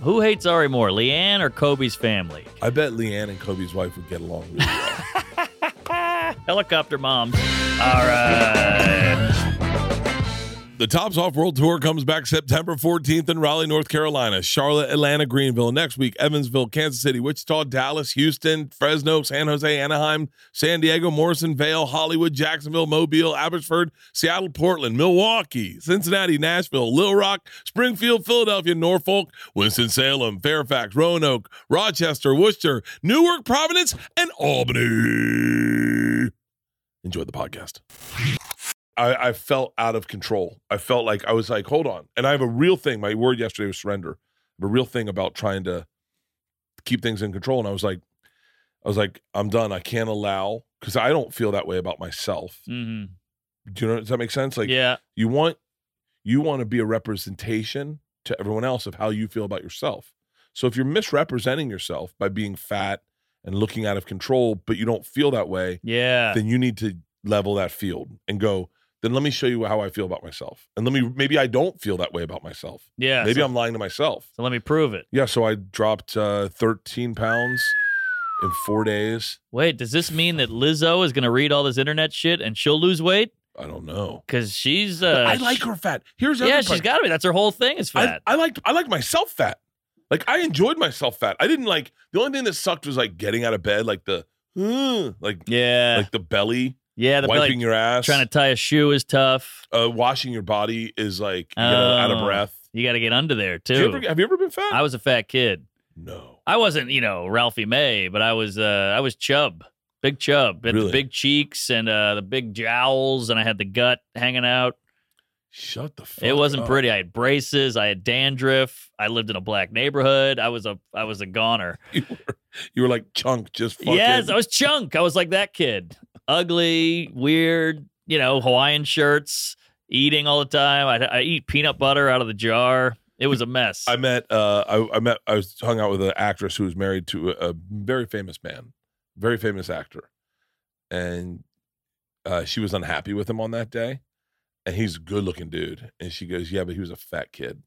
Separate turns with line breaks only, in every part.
Who hates Ari more, Leanne or Kobe's family?
I bet Leanne and Kobe's wife would get along really well.
Helicopter moms. All right.
The Tops Off World Tour comes back September 14th in Raleigh, North Carolina, Charlotte, Atlanta, Greenville. Next week, Evansville, Kansas City, Wichita, Dallas, Houston, Fresno, San Jose, Anaheim, San Diego, Morrison, Vale, Hollywood, Jacksonville, Mobile, Abbotsford, Seattle, Portland, Milwaukee, Cincinnati, Nashville, Little Rock, Springfield, Philadelphia, Norfolk, Winston-Salem, Fairfax, Roanoke, Rochester, Worcester, Newark, Providence, and Albany. Enjoy the podcast. I, I felt out of control. I felt like I was like, hold on. And I have a real thing. My word yesterday was surrender. I have a real thing about trying to keep things in control. And I was like, I was like, I'm done. I can't allow because I don't feel that way about myself.
hmm
Do you know? Does that make sense? Like,
yeah.
you want you want to be a representation to everyone else of how you feel about yourself so if you're misrepresenting yourself by being fat and looking out of control but you don't feel that way
Yeah.
then you need to level that field and go then let me show you how i feel about myself and let me maybe i don't feel that way about myself
yeah.
maybe
so,
i'm lying to myself
so let me prove it.
yeah so i dropped uh, 13 pounds in four days
Wait, does this mean that Lizzo is going to read all this internet shit and she'll lose weight?
i don't know
Because she's.
But
Uh,
i like her fat here's the
Yeah,
other
she's
part.
got to be. That's her whole thing is
I,
fat.
I liked I liked myself fat. Like I enjoyed myself fat. I didn't like the only thing that sucked was like getting out of bed, like the "Ugh," like
yeah.
like the belly,
yeah. The
wiping
belly,
your ass,
trying to tie a shoe is tough.
uh, washing your body is like you know, out of
Oh,
breath.
You got to get under there, too.
Did you ever- have you ever been fat?
I was a fat kid.
no.
I wasn't, you know, Ralphie May, but I was uh I was chub. Big chub. Had
Really?
the big cheeks and uh the big jowls and I had the gut hanging out.
Shut the fuck.
it wasn't
up.
pretty. I had braces, I had dandruff, I lived in a black neighborhood. I was a I was a goner.
You were, you were like chunk, just fucking.
Yes, oh, I was chunk. I was like that kid. Ugly, weird, you know, Hawaiian shirts, eating all the time. I I eat peanut butter out of the jar. It was a mess.
I met uh I, I met I was hung out with an actress who was married to a, a very famous man, very famous actor. And uh she was unhappy with him on that day. And he's a good looking dude. And she goes, Yeah, but he was a fat kid.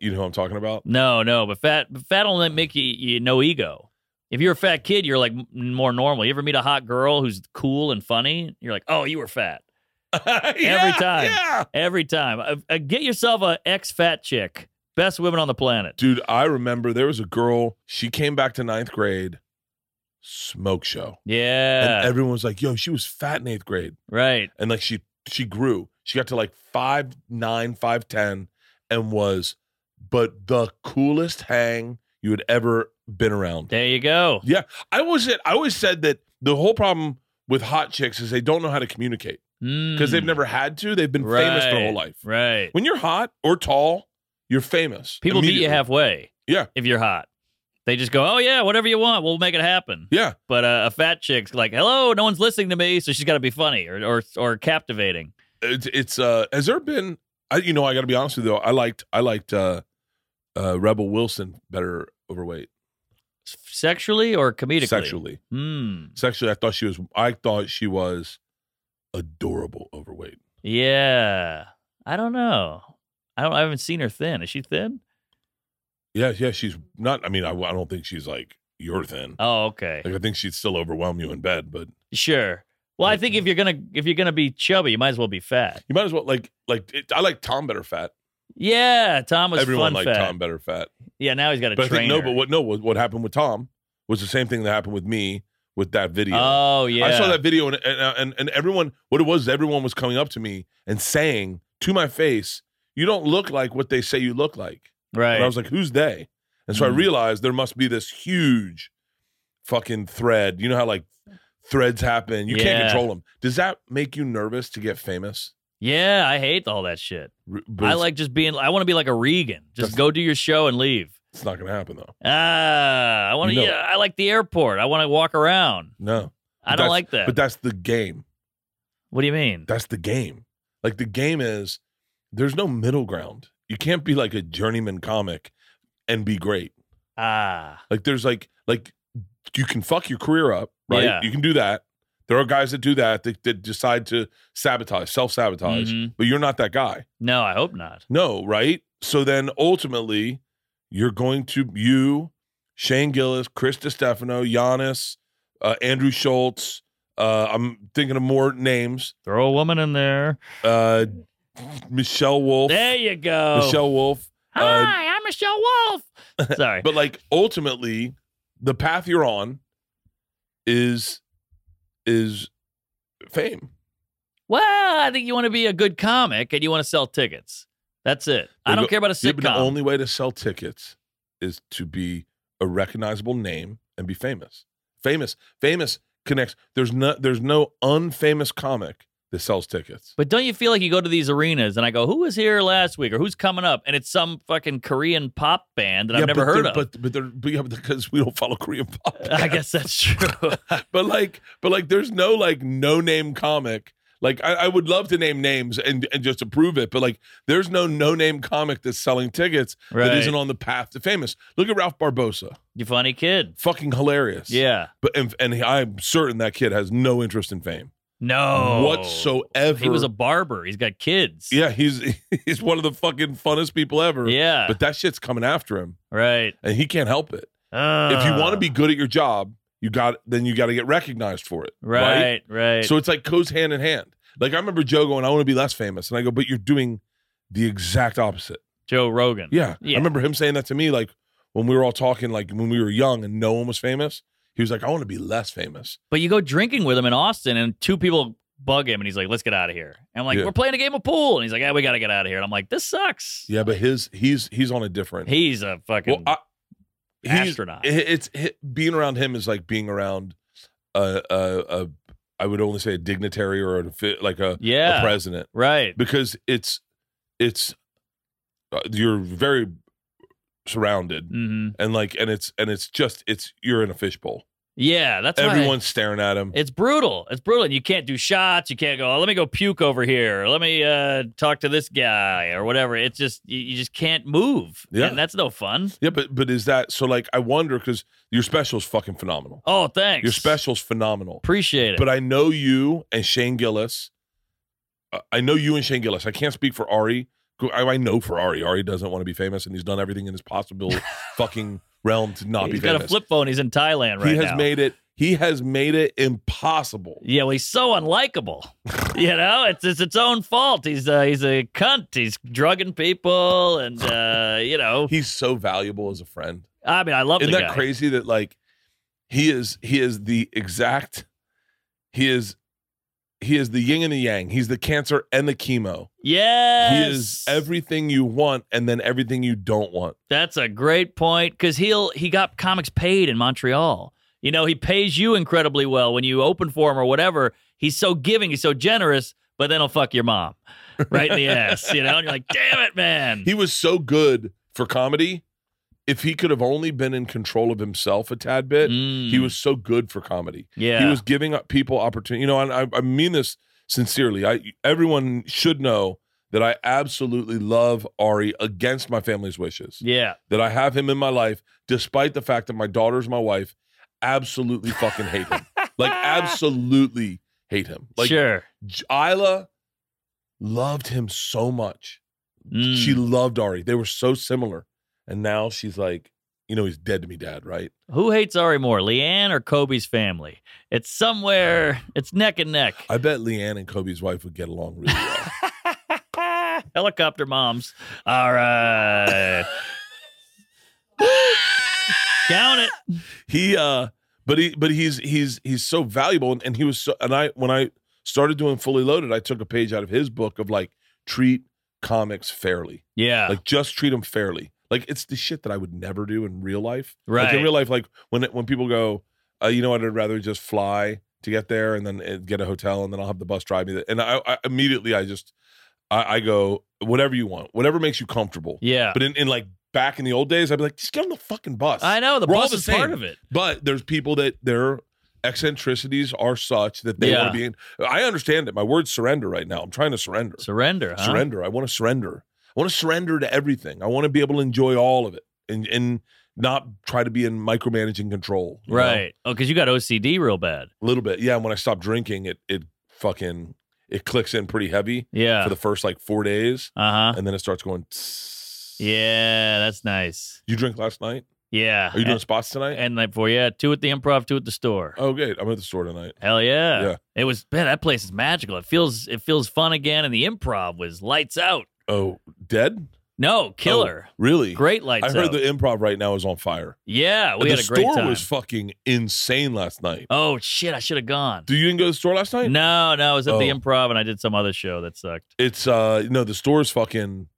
You know who I'm talking about?
No, no, but fat but fat only make you, you no ego. If you're a fat kid, you're like m- more normal. You ever meet a hot girl who's cool and funny? You're like, oh, you were fat
Yeah,
time.
Yeah.
every time. Uh, uh, get yourself a ex fat chick. Best women on the planet.
Dude, I remember there was a girl, she came back to ninth grade, smoke show.
Yeah,
And everyone was like, yo, she was fat in eighth grade.
right.
and like she she grew. She got to like five nine, five ten, and was but the coolest hang you had ever been around.
There you go.
I always said I always said that the whole problem with hot chicks is they don't know how to communicate because they've
Mm,
never had to. They've been famous their whole
right,
life.
Right.
When you're hot or tall, you're famous.
People meet you
immediately.
halfway.
Yeah.
If you're hot, they just go, oh yeah, whatever you want, we'll make it happen.
Yeah,
But uh, a fat chick's like, hello, no one's listening to me, so she's got to be funny or or or captivating.
it's, it's uh. Has there been? I you know I got to be honest with you though. I liked I liked uh, uh Rebel Wilson better overweight
Sexually or comedically?
sexually.
Hmm.
sexually i thought she was i thought she was adorable overweight
Yeah. I don't know. I don't. I haven't seen her thin. Is she thin?
yeah yeah she's not i mean i, I don't think she's like you're thin
Oh, okay.
like i think she'd still overwhelm you in bed but
Sure. Well, I think if you're gonna if you're gonna be chubby, you might as well be fat.
you might as well like like it, i like tom better fat
Yeah. Tom was
everyone
fun
liked
fat.
tom better fat
Yeah. Now he's got a
but i think
trainer.
no but what no what, what happened with tom was the same thing that happened with me with that video
Oh yeah.
uh, i saw that video and, and and and everyone what it was everyone was coming up to me and saying to my face you don't look like what they say you look like
Right.
And I was like, who's they? And so I
Mm.
realized there must be this huge fucking thread. You know how like threads happen, you can't
Yeah.
control them. Does that make you nervous to get famous?
yeah. I hate all that shit.
R-
I
but-
like just being. I want to be like a Regan. Just
That's-
go do your show and leave.
It's not going to happen though.
Ah, I want to.
No.
Yeah, I like the airport. I want to walk around.
No.
I
That's-
don't like that.
But that's the game.
what do you mean?
That's the game. Like the game is there's no middle ground. You can't be like a journeyman comic and be great.
Ah,
Like there's like like you can fuck your career up, right?
Yeah.
You can do that. There are guys that do that that, that decide to sabotage, self sabotage,
mhm.
but you're not that guy.
no, I hope not.
No, right? So then ultimately, you're going to you, Shane Gillis, Chris DiStefano, Giannis, uh, Andrew Schultz. Uh, I'm thinking of more names.
Throw a woman in there.
Uh, Michelle Wolf.
There you go.
Oh, Michelle Wolf. uh,
Hi, I'm Michelle Wolf. Sorry.
But like ultimately, the path you're on is is fame.
well, I think you want to be a good comic and you want to sell tickets. That's it. I
They
don't
go-
care about a
Yeah, but
sitcom.
the only way to sell tickets is to be a recognizable name and be famous. Famous, famous connects. There's no, there's no unfamous comic that sells tickets.
but don't you feel like you go to these arenas and I go, who was here last week or who's coming up? And it's some fucking Korean pop band that
Yeah,
I've never
but
heard
they're-
of.
But but they're but yeah, because we don't follow Korean pop.
I guess that's true.
but like but like there's no like no name comic. Like I, I would love to name names and and just approve it, but like there's no no name comic that's selling tickets that
right.
isn't on the path to famous. Look at Ralph Barbosa,
you funny kid.
fucking hilarious.
Yeah.
But and, and I'm certain that kid has no interest in fame
No.
whatsoever.
Oh. He was a barber. He's got kids.
yeah. He's he's one of the fucking funnest people ever.
Yeah.
But that shit's coming after him,
right.
and he can't help it. if you
Ah.
want to be good at your job, you got then you got to get recognized for it.
right, right,
So it's like goes hand in hand. Like I remember Joe going, "I want to be less famous," and I go, "But you're doing the exact opposite."
Joe Rogan.
Yeah.
Yeah.
I remember him saying that to me, like when we were all talking, like when we were young and no one was famous. He was like, "I want to be less famous."
But you go drinking with him in Austin, and two people bug him, and he's like, "Let's get out of here." And I'm like,
Yeah.
"We're playing a game of pool," and he's like, "Yeah, we got to get out of here." And I'm like, "This sucks."
Yeah, but his he's he's on a different.
He's a fucking
I- he's-
astronaut.
it- it's it, being around him is like being around a, a, a I would only say a dignitary or an offi- like a,
yeah,
a president
right.
because it's it's uh, you're very surrounded
hmm
and like and it's and it's just it's you're in a fishbowl.
Yeah, that's right.
Everyone's staring at him.
It's brutal. It's brutal. And you can't do shots. You can't go. Oh, let me go puke over here. Let me uh, talk to this guy or whatever. It's just you, you just can't move.
Yeah.
and that's no fun.
yeah, but but is that so? Like I wonder because your special's fucking phenomenal.
Oh, thanks.
Your special's phenomenal.
Appreciate it.
But I know you and Shane Gillis. Uh, I know you and Shane Gillis. I can't speak for Ari. Who- I, I know for Ari. Ari doesn't want to be famous, and he's done everything in his possible fucking realm to not
He's
be
got
famous.
a flip phone. He's in Thailand right
he has
now.
made it. He has made it impossible.
Yeah, well, he's so unlikable. you know, it's it's its own fault. He's uh, he's a cunt. He's drugging people, and uh, you know,
He's so valuable as a friend.
I mean, I love
Isn't
the
that
guy.
crazy that like he is he is the exact he is he is the yin and the yang. He's the cancer and the chemo.
Yes,
He is everything you want and then everything you don't want.
That's a great point because he'll he got comics paid in Montreal. You know, he pays you incredibly well when you open for him or whatever. He's so giving. He's so generous, but then he'll fuck your mom right in the ass. You know, and you're like, damn it, man.
He was so good for comedy. If he could have only been in control of himself a tad bit,
Mm,
he was so good for comedy.
yeah.
He was giving up people opportunity. You know, and I, I mean this sincerely. I everyone should know that I absolutely love Ari against my family's wishes.
yeah.
That I have him in my life, despite the fact that my daughter's my wife. Absolutely fucking hate him. like absolutely hate him. Like
sure.
J- Isla loved him so much
Mm.
she loved Ari. They were so similar. And now she's like, you know, he's dead to me, dad, right?
Who hates Ari more, Leanne or Kobe's family? It's somewhere, it's neck and neck.
I bet Leanne and Kobe's wife would get along really well.
Helicopter moms. All right. Count it.
he uh but he but he's he's he's so valuable and, and he was so and I when I started doing fully loaded, I took a page out of his book of like treat comics fairly.
Yeah.
Like just treat them fairly. Like it's the shit that I would never do in real life. Like in
Right.
real life, like when when people go, uh, you know what, I'd rather just fly to get there and then uh, get a hotel and then I'll have the bus drive me. there." And I, I immediately I just I, I go whatever you want, whatever makes you comfortable.
yeah.
But in, in like back in the old days, I'd be like, just get on the fucking bus.
I know the
We're all
bus
the
is part
same.
of it.
But there's people that their eccentricities are such that they
Yeah.
want to be in. I understand it. My word's surrender right now. I'm trying to surrender.
Surrender, huh?
Surrender. I want to surrender. I want to surrender to everything. I want to be able to enjoy all of it and and not try to be in micromanaging control. you know?
Right. Oh, because you got OCD real bad.
A little bit. Yeah. And when I stopped drinking, it it fucking it clicks in pretty heavy
Yeah.
for the first like four days.
uh huh.
And then it starts going. tss.
Yeah, that's nice.
You drink last night?
Yeah.
Are you doing spots tonight?
And night before, yeah, two at the improv, two at the store.
oh, good. I'm at the store tonight.
Hell yeah.
Yeah.
It was man, that place is magical. It feels it feels fun again, and the improv was lights out.
Oh, dead? Oh,
No, killer.
Really?
Great lights
I heard
out.
the improv right now is on fire.
yeah, we
the
had a great
store
time.
was fucking insane last night.
oh shit, I should have gone.
Do you didn't go to the store last night?
No, no, I was at the
Oh.
improv and I did some other show that sucked.
It's uh no, the store is fucking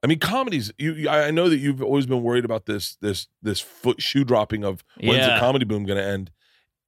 I mean, comedies. You, you- I I know that you've always been worried about this, this, this foot shoe dropping of when's the
Yeah.
comedy boom going to end.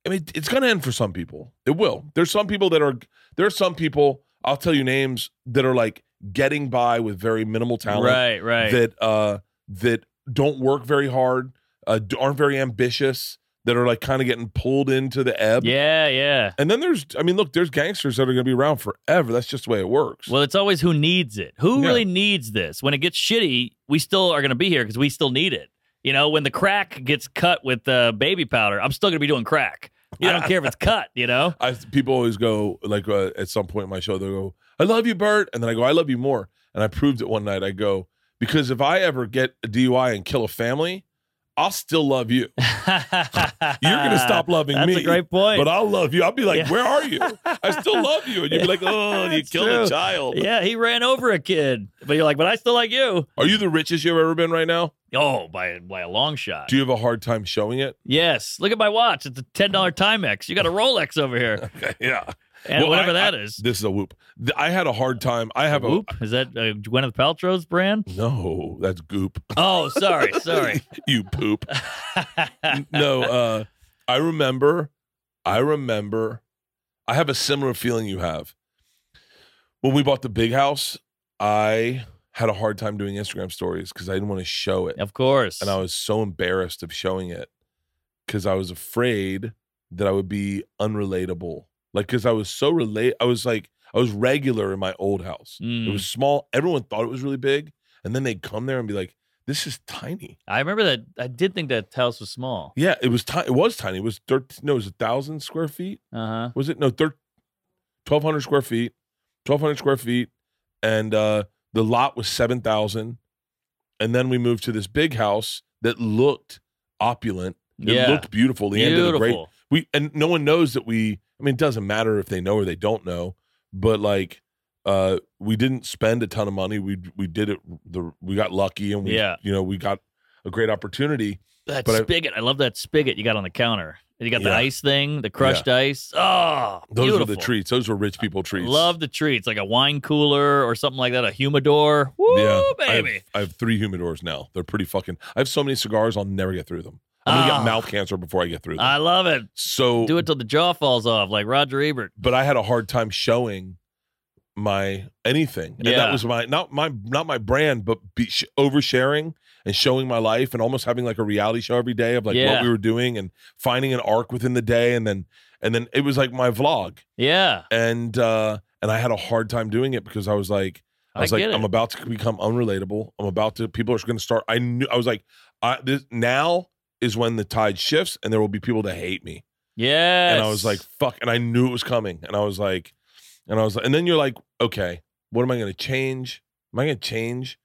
I mean, it's going to end for some people. It will. There's some people that are. There's some people. I'll tell you names that are like getting by with very minimal talent.
Right, right.
that uh that don't work very hard, uh, d- aren't very ambitious, that are like kind of getting pulled into the ebb.
yeah, yeah.
And then there's, I mean, look, there's gangsters that are going to be around forever. That's just the way it works.
Well, it's always who needs it. Who
Yeah.
really needs this? When it gets shitty, we still are going to be here because we still need it. You know, when the crack gets cut with uh, baby powder, I'm still going to be doing crack. I don't
Yeah.
care if it's cut, you know?
I people always go like uh, at some point in my show they'll go, "I love you, Bert," and then I go, "I love you more." And I proved it one night. I go because if I ever get a DUI and kill a family, I'll still love you. You're gonna stop loving
That's
me.
a great point.
But I'll love you. I'll be like,
Yeah.
"Where are you?" I still love you, and you'd be like, "Oh, you
That's
killed a
true.
child."
yeah, he ran over a kid. But you're like, but I still like you.
Are you the richest you've ever been right now?
Oh, by, by a long shot.
Do you have a hard time showing it?
yes. Look at my watch. It's a $10 Timex. You got a Rolex over here.
yeah.
And
Well,
whatever
I-
that
I-
is.
This is a whoop. Th- I had a hard time. I have
Whoop. Is that uh, Gwyneth Paltrow's brand?
a no. That's goop.
Oh, sorry, sorry.
you poop. no, uh, I remember. I remember. I have a similar feeling you have. When we bought the big house, I had a hard time doing Instagram stories because I didn't want to show it.
of course.
And I was so embarrassed of showing it because I was afraid that I would be unrelatable. Like, because I was so relate, I was like, I was regular in my old house. It
Mm.
was small. Everyone thought it was really big. And then they'd come there and be like, this is tiny.
I remember that. I did think that house was small.
Yeah, it was tiny. It was tiny. It was 13, no, it was a thousand square feet.
Uh huh.
Was it? No, thir- 1,200 square feet, 1,200 square feet. And uh, the lot was 7,000. And then we moved to this big house that looked opulent. It
Yeah.
looked beautiful. The end of
Beautiful.
the great. We and no one knows that we. I mean, it doesn't matter if they know or they don't know. But like, uh, we didn't spend a ton of money. We we did it. The we got lucky and we
Yeah.
you know we got a great opportunity.
That
But I-
spigot. I, love that spigot you got on the counter. And you got the
Yeah.
ice thing, the crushed ice. Oh,
Those
beautiful.
were the treats. Those were rich people treats.
Love the treats, like a wine cooler or something like that, a humidor. Woo,
I have,
baby.
I have three humidors now. They're pretty fucking. I have so many cigars, I'll never get through them. I'm gonna
Ah.
get mouth cancer before I get through them.
I love it.
so,
Do it till the jaw falls off, like Roger Ebert.
but I had a hard time showing my anything, and that
Yeah.
was my not my not my brand, but be, sh- oversharing and showing my life, and almost having like a reality show every day of like what
Yeah.
we were doing, and finding an arc within the day, and then and then it was like my vlog,
Yeah,
and uh and I had a hard time doing it because I was like. I
I,
was like,
get it.
I'm about to become unrelatable. I'm about to. People are going to start. I knew. I was like, I, this now is when the tide shifts, and there will be people that hate me.
yes.
And I was like, fuck. And I knew it was coming. And I was like, and I was, and then you're like, okay, what am I going to change? Am I going to change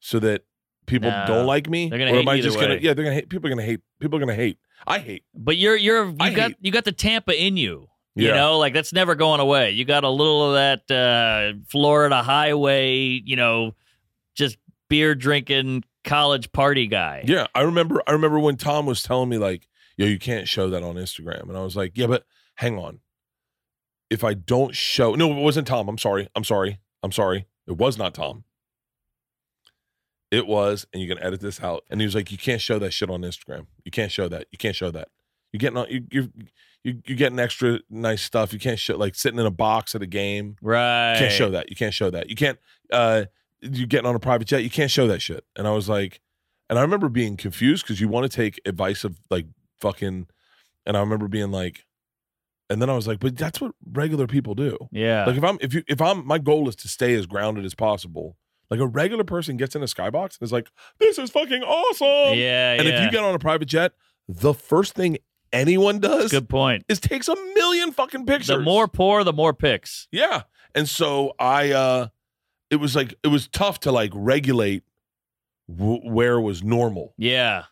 so that people
No.
don't like me?
They're gonna
or
hate
am
you
I
either
just going
way.
to? Yeah, they're going to hate. People are going to hate. People are going to hate. I hate.
But you're you're you
I
got
hate-
you got the Tampa in you. You
Yeah.
know, like that's never going away. You got a little of that uh, Florida highway, you know, just beer drinking college party guy.
Yeah, I remember. I remember when Tom was telling me like, "Yo, you can't show that on Instagram," and I was like, "Yeah, but hang on. If I don't show, no, it wasn't Tom. I'm sorry. I'm sorry. I'm sorry. It was not Tom. It was, and you can edit this out. And he was like, "You can't show that shit on Instagram. You can't show that. You can't show that. You're getting on. You, you're you, you're getting extra nice stuff. You can't show like sitting in a box at a game.
Right.
You can't show that. You can't show that. You can't. Uh, you getting on a private jet. You can't show that shit. And I was like, And I remember being confused because you want to take advice of like fucking, and I remember being like, and then I was like, but that's what regular people do.
Yeah.
Like if I'm if you if I'm my goal is to stay as grounded as possible. Like a regular person gets in a skybox and is like, this is fucking awesome.
yeah.
And if
yeah.
you get on a private jet, the first thing anyone does
good point.
is takes a million fucking pictures.
The more poor, the more picks.
Yeah. And so I uh it was like it was tough to like regulate w- where was normal.
Yeah.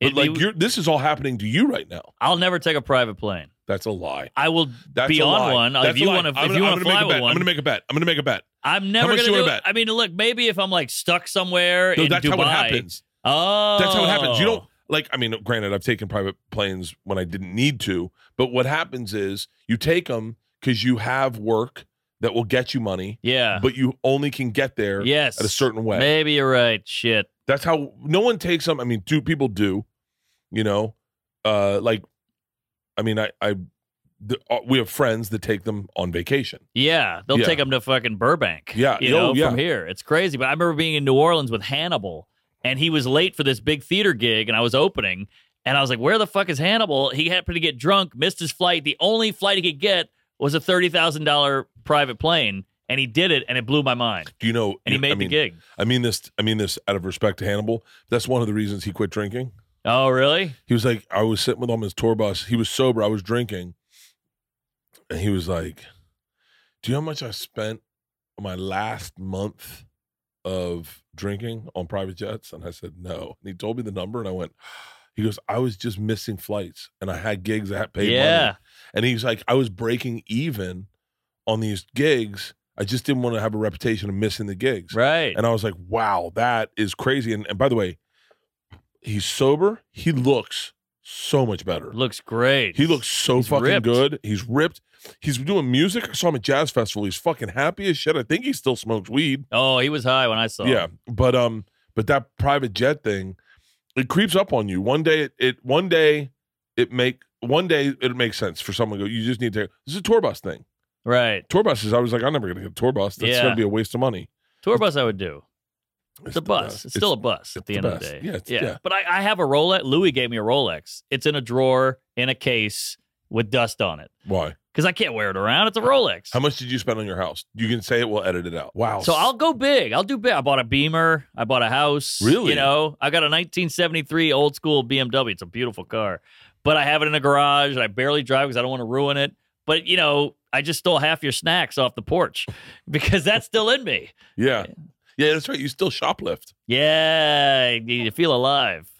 But
It'd be-
like you're this is all happening to you right now.
I'll never take a private plane.
That's a lie.
I will.
That's
Be
a
on
lie.
one. If
That's a
you
lie.
wanna- if
I'm gonna-
you wanna
I'm gonna make
fly
a
with
bet.
one-
I'm gonna make a bet. I'm gonna make a bet.
I'm never
much
gonna
you wanna
do
bet?
it. I mean, look, maybe if I'm like stuck somewhere
No,
in
that's
Dubai.
how it happens.
Oh,
That's how it happens. You don't like. I mean, granted, I've taken private planes when I didn't need to, but what happens is you take them because you have work that will get you money,
Yeah.
but you only can get there
Uh-huh. yes.
at a certain way.
Maybe you're right. Shit.
That's how no one takes them. I mean, two people do, you know, uh, like, I mean, I, I, the, uh, we have friends that take them on vacation.
Yeah, they'll
Yeah.
'em take them to fucking Burbank.
Yeah,
you
oh,
know,
yeah.
from here, it's crazy. But I remember being in New Orleans with Hannibal, and he was late for this big theater gig, and I was opening, and I was like, "Where the fuck is Hannibal?" He happened to get drunk, missed his flight. The only flight he could get was a thirty thousand dollar private plane, and he did it, and it blew my mind.
Do you know?
And he made
I
the
mean,
gig.
I mean this. I mean this out of respect to Hannibal. That's one of the reasons he quit drinking.
Oh, really?
He was like, I was sitting with him on his tour bus. He was sober. I was drinking, and he was like, "Do you know how much I spent on my last month of drinking on private jets?" And I said, "No." And he told me the number, and I went. He goes, I was just missing flights, and I had gigs. I had paid money.
yeah.
And he's like, I was breaking even on these gigs. I just didn't want to have a reputation of missing the gigs.
Right.
And I was like, wow, that is crazy. And, and by the way, he's sober. He looks so much better.
Looks great.
He looks so
He's
fucking
ripped.
good. He's ripped. He's doing music. I saw him at Jazz Festival. He's fucking happy as shit. I think he still smokes weed.
Oh, he was high when I saw. him.
Yeah. But um, but that private jet thing, it creeps up on you. One day it, it one day it make one day it makes sense for someone to go, you just need to this is a tour bus thing.
Right.
Tour buses, I was like, I'm never gonna get a tour bus. That's
Yeah.
gonna be a waste of money.
Tour bus, I would do.
It's
It's a
the
bus.
best.
It's still a bus
it's
at the,
the
end of the
best.
day.
Yeah, it's- yeah.
But I, I have a Rolex. Louis gave me a Rolex. It's in a drawer in a case with dust on it
why?
because I can't wear it around. It's a Rolex.
How much did you spend on your house? You can say it, we'll edit it out. Wow.
So I'll go big. I'll do big. I bought a Beamer. I bought a house.
Really?
You know, I got a 1973 old school BMW. It's a beautiful car, but I have it in a garage and I barely drive because I don't want to ruin it. But you know, I just stole half your snacks off the porch because that's still in me.
Yeah. Yeah, that's right. You still shoplift.
Yeah, you you feel alive.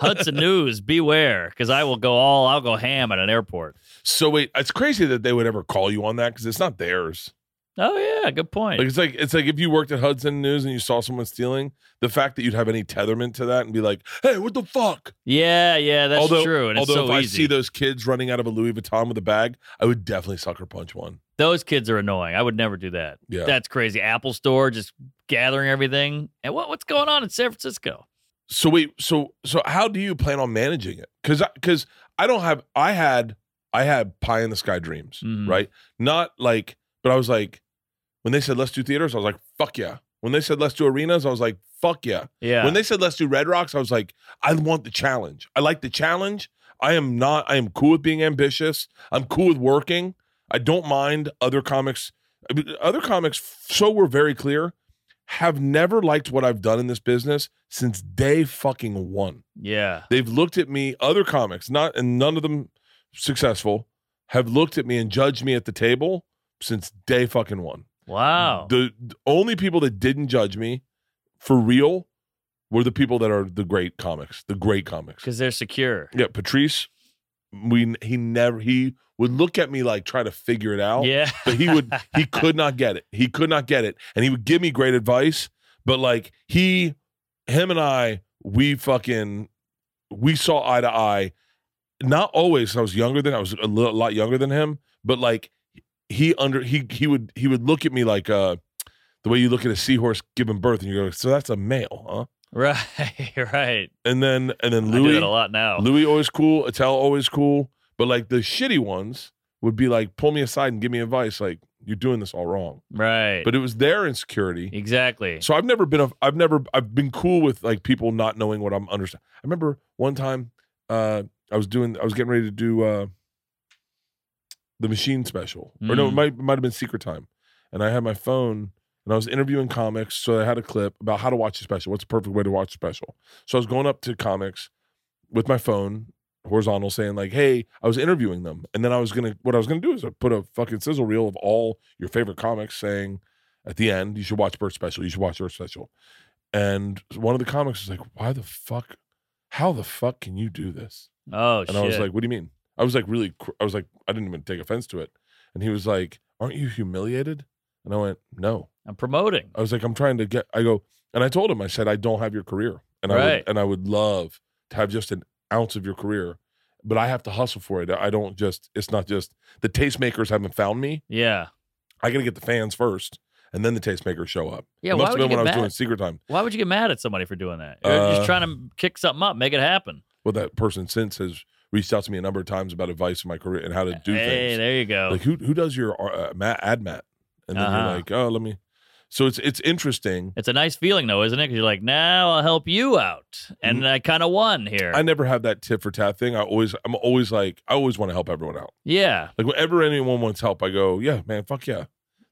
Hudson News, beware, because I will go all, I'll go ham at an airport.
So wait, it's crazy that they would ever call you on that because it's not theirs.
Oh yeah, good point.
Like it's like it's like if you worked at Hudson News and you saw someone stealing, the fact that you'd have any tetherment to that and be like, "Hey, what the fuck?"
yeah, yeah, that's
although,
true. And it's
although
so
if I
easy.
see those kids running out of a Louis Vuitton with a bag, I would definitely sucker punch one.
Those kids are annoying. I would never do that.
Yeah,
That's crazy. Apple Store just gathering everything. And what what's going on in San Francisco?
so wait so so how do you plan on managing it because because I, don't have i had i had pie in the sky dreams
Mhm.
right not like but i was like when they said let's do theaters i was like fuck yeah when they said let's do arenas i was like fuck yeah
Yeah.
when they said let's do red rocks i was like i want the challenge i like the challenge i am not i am cool with being ambitious i'm cool with working i don't mind other comics I mean, other comics so we're very clear have never liked what i've done in this business since day fucking one
yeah.
they've looked at me other comics not and none of them successful have looked at me and judged me at the table since day fucking one
Wow.
the the only people that didn't judge me for real were the people that are the great comics, the great comics.
Because they're secure.
Yeah, Patrice, we he never he would look at me like try to figure it out.
Yeah.
But he would he could not get it. He could not get it. And he would give me great advice, but like he him and I we fucking we saw eye to eye. Not always. I was younger than I was a li- lot younger than him, but like he under he he would he would look at me like uh the way you look at a seahorse giving birth and you go, "So that's a male, huh?"
right. Right.
And then and then
I do
Louis
that a lot now.
Louis always cool, Attell always cool, but like the shitty ones would be like, pull me aside and give me advice. Like, you're doing this all wrong.
Right.
But it was their insecurity.
exactly.
So I've never been a, I've never I've been cool with like people not knowing what I'm understanding. I remember one time uh I was doing I was getting ready to do uh the machine special. Or no, it
Mm.
might it might have been secret time. And I had my phone and I was interviewing comics, so I had a clip about how to watch a special. What's the perfect way to watch a special? So I was going up to comics with my phone horizontal saying like hey i was interviewing them and then i was gonna what i was gonna do is i put a fucking sizzle reel of all your favorite comics saying at the end you should watch birth special you should watch birth special and one of the comics was like why the fuck how the fuck can you do this
oh
and
shit.
i was like what do you mean i was like really cr- i was like i didn't even take offense to it and he was like aren't you humiliated and i went no
I'm promoting.
I was like, I'm trying to get. I go, and I told him, I said, I don't have your career, and I would,
Right.
and I would love to have just an ounce of your career, but I have to hustle for it. I don't just. It's not just the tastemakers haven't found me.
Yeah.
I got to get the fans first, and then the tastemakers show up.
Yeah.
it
Why
must
would
have
you
been
get
when I was
mad?
doing Secret Time.
why would you get mad at somebody for doing that? You're
Uh,
just trying to kick something up, make it happen.
Well, that person since has reached out to me a number of times about advice in my career and how to do
hey,
things.
there you go.
Like who who does your uh, mat, ad mat, and then
Uh-huh.
you're like, oh, let me. So it's it's interesting.
it's a nice feeling though, isn't it? Because you're like, now I'll help you out, and I kind of won here.
Mm-hmm. I never have that tit for tat thing. I always, I'm always like, I always want to help everyone out.
yeah.
Like whenever anyone wants help, I go, yeah, man, fuck yeah.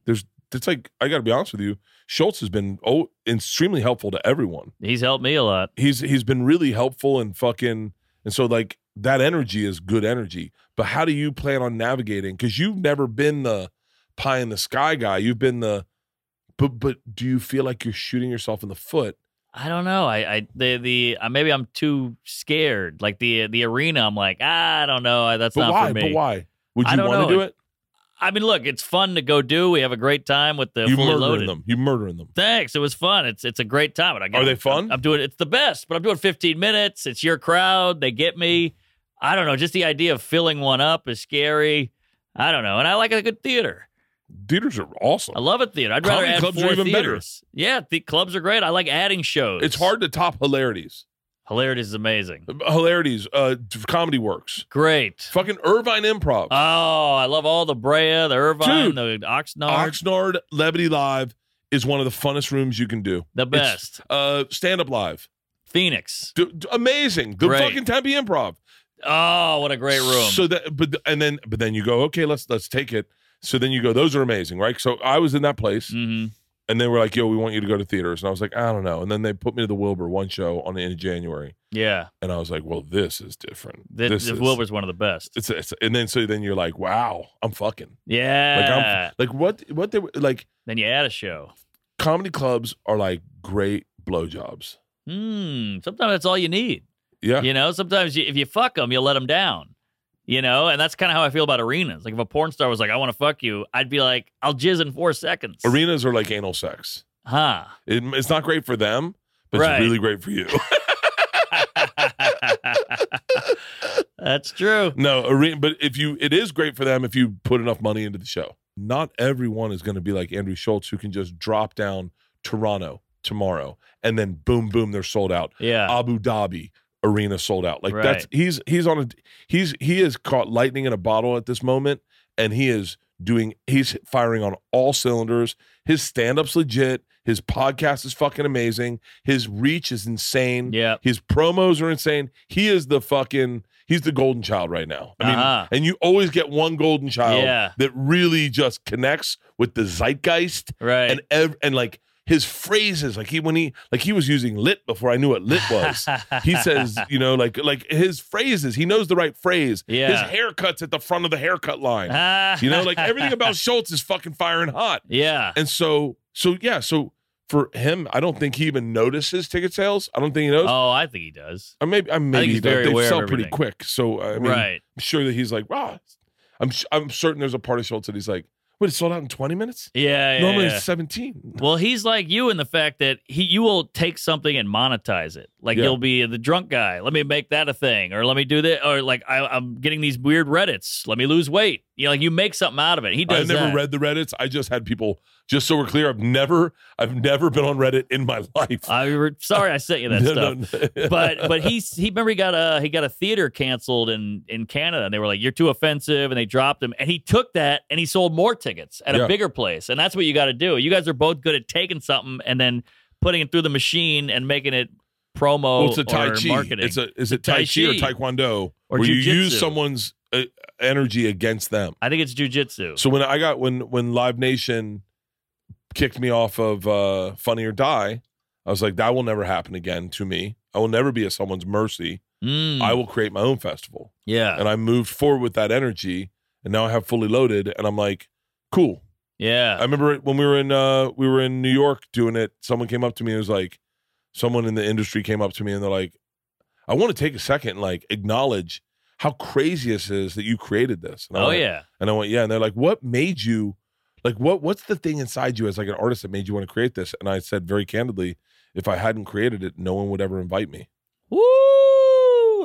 There's, it's like I got to be honest with you. Schultz has been oh extremely helpful to everyone.
He's helped me a lot.
He's he's been really helpful and fucking and so like that energy is good energy. But how do you plan on navigating? Because you've never been the pie in the sky guy. You've been the, but but do you feel like you're shooting yourself in the foot?
I don't know. I, I the the uh, maybe I'm too scared. Like the the arena, I'm like, ah, I don't know. I- That's
But
not
why?
for me.
But why? Would
I
you
don't
want
know.
to do it?
I mean, look, it's fun to go do. We have a great time with the
You
fully
murdering
loaded.
them. You murdering them.
Thanks. It was fun. It's it's a great time. And I
Are they
I'm-
fun?
I'm doing it's the best, but I'm doing 15 minutes. It's your crowd. They get me. I don't know. Just the idea of filling one up is scary. I don't know. And I like a good theater.
Theaters are awesome.
I love a theater. I'd
Comedy
rather add
clubs are
four
even better.
theaters. Yeah, the clubs are great. I like adding shows.
It's hard to top hilarities.
Hilarities is amazing.
hilarities uh d- comedy works
Great.
fucking irvine improv
Oh, I love all the Brea, the Irvine,
Dude,
the Oxnard,
oxnard levity live is one of the funnest rooms you can do
the best.
uh stand up live
Phoenix.
D- d- amazing the
Great.
fucking tempe improv
Oh, what a great room.
so that but th- and then but then you go okay let's let's take it so then you go those are amazing right so i was in that place
Mhm.
and they were like yo we want you to go to theaters and i was like i don't know and then they put me to the wilbur one show on the end of january
Yeah.
and i was like well this is different
The,
this
the
is
Wilbur's one of the best.
it's, it's and then so then you're like wow i'm fucking Like I'm
Yeah.
like what what they like
then you add a show.
comedy clubs are like great blowjobs.
Hmm. Sometimes that's all you need.
Yeah.
You know, sometimes you, if you fuck them, you let them down. You know, and that's kind of how I feel about arenas. Like if a porn star was like, "I want to fuck you," I'd be like, "I'll jizz in four seconds."
Arenas are like anal sex.
huh?
It, it's not great for them, but
Right.
it's really great for you.
that's true.
no, arena, but if you it is great for them if you put enough money into the show. Not everyone is going to be like Andrew Schultz who can just drop down Toronto tomorrow and then boom boom they're sold out.
Yeah.
Abu Dhabi arena sold out. Like that's he's he's on a he's he is caught lightning in a bottle at this moment, and he is doing he's firing on all cylinders. His stand up's legit. His podcast is fucking amazing. His reach is insane.
yeah.
His promos are insane. He is the fucking he's the golden child right now. I mean,
Uh-huh.
and you always get one golden child
Yeah.
that really just connects with the zeitgeist
Right.
and ev- and like his phrases like he when he like he was using lit before I knew what lit was. he says, you know, like like his phrases, he knows the right phrase.
Yeah.
His haircut's at the front of the haircut line. you know, like everything about Schultz is fucking firing hot.
Yeah.
And so so yeah, so for him, I don't think he even notices ticket sales. I don't think he knows.
Oh, I think he does.
or maybe I maybe
he's
he does.
very
they
aware of
sell pretty
everything.
quick. So I mean,
right.
I'm sure that he's like, wow. I'm s- I'm certain there's a part of Schultz that he's like, But it sold out in 20 minutes?
Yeah, yeah,
Normally
yeah.
it's 17.
Well, he's like you in the fact that he you will take something and monetize it. Like
Yeah.
you'll be the drunk guy. Let me make that a thing, or let me do that, or like I, I'm getting these weird Reddits. Let me lose weight. You know, like you make something out of it. He does.
I've never
that.
read the Reddits. I just had people, just so we're clear, I've never I've never been on Reddit in my life.
I re- sorry I sent you Ah, that
No,
stuff.
no, no.
but but he's he remember he got a he got a theater canceled in in Canada and they were like you're too offensive and they dropped him and he took that and he sold more tickets at
Yeah.
a bigger place and that's what you got to do. You guys are both good at taking something and then putting it through the machine and making it promo
well, it's a Tai
or
Chi.
marketing.
It's a is it
Tai
Tai Chi or
Chi.
Taekwondo?
Or
where you
jujitsu.
use someone's uh, energy against them.
I think it's jujitsu.
So when I got when when Live Nation kicked me off of uh Funny or Die, I was like, that will never happen again to me. I will never be at someone's mercy.
Mm,
I will create my own festival.
yeah
And I moved forward with that energy and now I have fully loaded and I'm like, cool. I
yeah
remember when we were in uh we were in New York doing it, someone came up to me and was like someone in the industry came up to me and they're like, I want to take a second and like acknowledge how crazy this is that you created this. And I'm
oh
like,
yeah
and I went, yeah. And they're like, what made you, like, what what's the thing inside you as like an artist that made you want to create this? And I said very candidly, if I hadn't created it, no one would ever invite me.
woo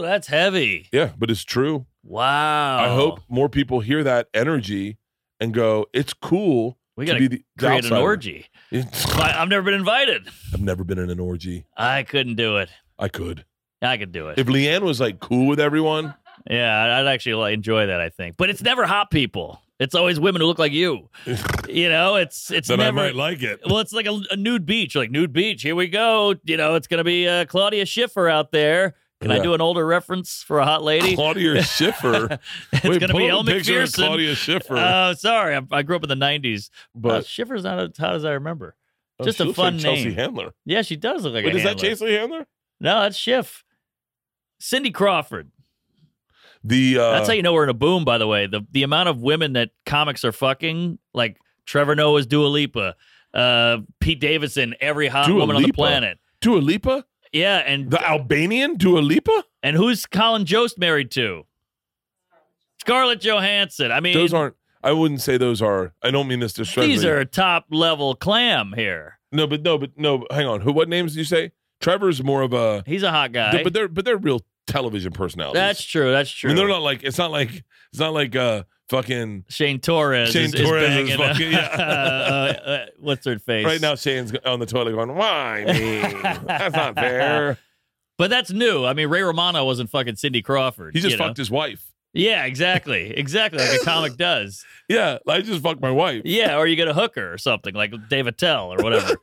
that's heavy.
Yeah, but it's true.
Wow.
I hope more people hear that energy and go, it's cool
we
to
gotta
be the, the
create an
outsider."
orgy.
It's-
I, I've never been invited.
I've never been in an orgy.
I couldn't do it.
I could.
I could do it.
If Leanne was like cool with everyone,
Yeah, I'd- I'd actually like, enjoy that. I think, but it's never hot people. It's always women who look like you. You know, it's it's
then I
never.
might like it.
well, it's like a, a nude beach. You're like nude beach. Here we go. You know, it's gonna be uh, Claudia Schiffer out there. Can I
Yeah.
do an older reference for a hot lady?
Claudia Schiffer.
it's
Wait,
gonna
pull
be
up a
Elle
picture of
McPherson.
Claudia Schiffer.
Oh, sorry, I, I grew up in the '90s. But
but
Schiffer's not as hot as I remember.
oh,
just
she
a
looks
fun
like Chelsea
name.
Handler.
Yeah, she does look like
Wait,
a
is that
handler.
Chelsea Handler?
No, that's Schiff. Cindy Crawford.
The uh,
That's how you know we're in a boom, by the way. The the amount of women that comics are fucking, like Trevor Noah's Dua Lipa, uh, Pete Davidson, every hot
Dua
woman on the
Lipa?
planet.
Dua Lipa?
Yeah, and
The Albanian Dua Lipa?
and who's Colin Jost married to? Scarlett Johansson. I mean,
Those aren't. I wouldn't say those are. I don't mean this disrespectfully.
these are top level clam here.
no, but no, but no. Hang on. Who? What names did you say? Trevor's more of a.
He's a hot guy.
but they're but they're real television personalities.
that's true. That's
I
true.
mean, they're not like. It's not like. It's not like uh fucking.
Shane Torres.
Shane
is,
Torres is
is, banging, uh,
fucking- yeah.
uh, uh, what's her face
Right now, Shane's on the toilet going, "Why me? That's not fair."
But that's new. I mean, Ray Romano wasn't fucking Cindy Crawford.
He just
you know?
fucked his wife.
Yeah, exactly. Exactly. Like a comic does.
Yeah, I just fucked my wife.
Yeah, or you get a hooker or something like Dave Attell or whatever.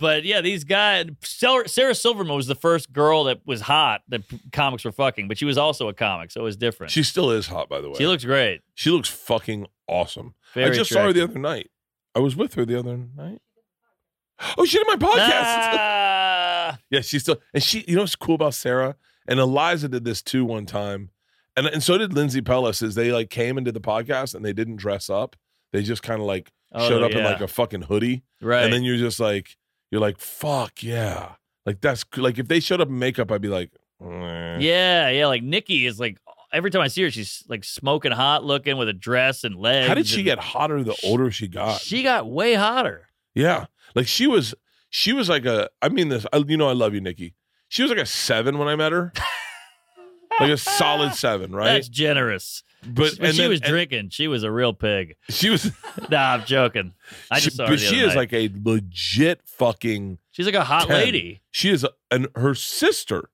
but yeah, these guys, Sarah Sarah Silverman was the first girl that was hot that p- comics were fucking, but she was also a comic, so it was different. She,
She still is hot, by the way.
looks great.
she looks fucking awesome.
Very
I just saw her the other night. I was with her the other night. Oh, she did my podcast.
Ah,
Yeah, she's still and she you know what's cool about Sarah? And Eliza did this too one time. And and so did Lindsay Pellis is they like came into the podcast and they didn't dress up. They just kind of like
Oh,
showed up in
yeah.
like a fucking hoodie.
right.
And then you're just like you're like, fuck yeah. Like that's c- like if they showed up in makeup, I'd be like, "Eh."
yeah, yeah. Like Nikki is like, every time I see her, she's like smoking hot looking with a dress and legs.
How did she
and-
get hotter the older she got?
She got way hotter.
Yeah. Like she was she was like a I mean this I, you know I love you Nikki. She was like a 7 when I met her. like a solid 7, right?
That's generous.
but
when
and
she
then-
was
and
drinking, she was a real pig.
she was
Nah, I'm joking. I just
she,
saw her
but
the
she
other
is
night.
like a legit fucking
she's like a hot
10.
lady.
she is a, and her sister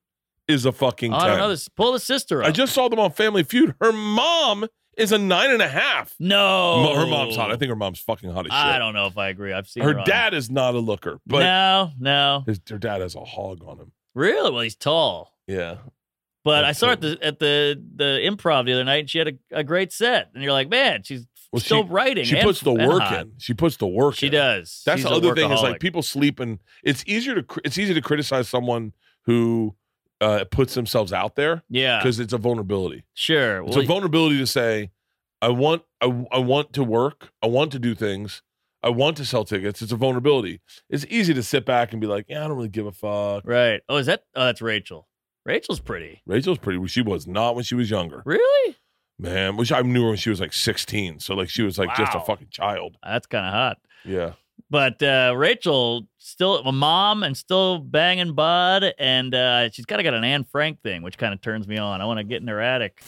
is a fucking
Oh, I don't
10.
know this. Pull the sister up.
I just saw them on Family Feud. Her mom is a nine and a half.
no.
Mo- Her mom's hot. I think her mom's fucking hot as shit.
Oh. I don't know if I agree. I've seen her,
her
on-
dad is not a looker, but
no, no,
his, her dad has a hog on him.
really. Well, he's tall.
Yeah.
But
That's
I saw her at
cool.
the at the the improv the other night, and she had a, a great set. And you're like, man, she's
Well,
still
she-
writing.
She
and-
puts the
and
work
hot.
in. She puts the work
She
in.
does.
That's
She's
the
a
other thing is
workaholic.
like people sleep and it's easier to cr- it's easy to criticize someone who uh, puts themselves out there
Yeah,
because it's a vulnerability.
sure.
It's
Well,
a vulnerability to say, I want, I, I want to work, I want to do things, I want to sell tickets. It's a vulnerability. It's easy to sit back and be like, yeah, I don't really give a fuck.
right. Oh, is that? Oh, that's Rachel. Rachel's pretty.
Rachel's pretty. She was not when she was younger.
Really?
man. Which I knew her when she was like 16, so like she was like just a
Wow.
fucking child.
That's kind of hot.
Yeah,
But uh, Rachel still a mom and still banging Bud, and uh, she's kind of got an Anne Frank thing, which kind of turns me on. I want to get in her attic.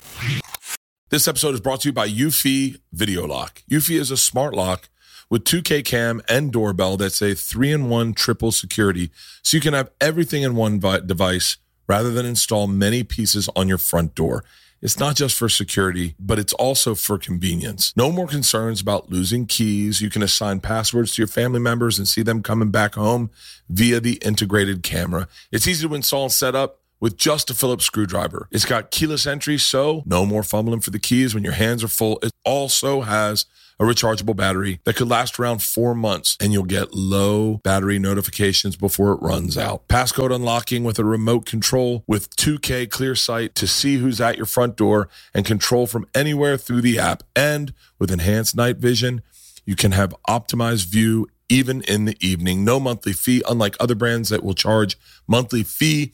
This episode is brought to you by Eufy Video Lock. Eufy is a smart lock with 2K cam and doorbell that's a three in one triple security, so you can have everything in one vi- device rather than install many pieces on your front door. It's not just for security, but it's also for convenience. No more concerns about losing keys. You can assign passwords to your family members and see them coming back home via the integrated camera. It's easy to install and set up with just a Phillips screwdriver. It's got keyless entry, so no more fumbling for the keys when your hands are full. It also has a rechargeable battery that could last around four months, and you'll get low battery notifications before it runs out. Passcode unlocking with a remote control with 2K clear sight to see who's at your front door and control from anywhere through the app. And with enhanced night vision, you can have optimized view even in the evening. No monthly fee, unlike other brands that will charge monthly fee.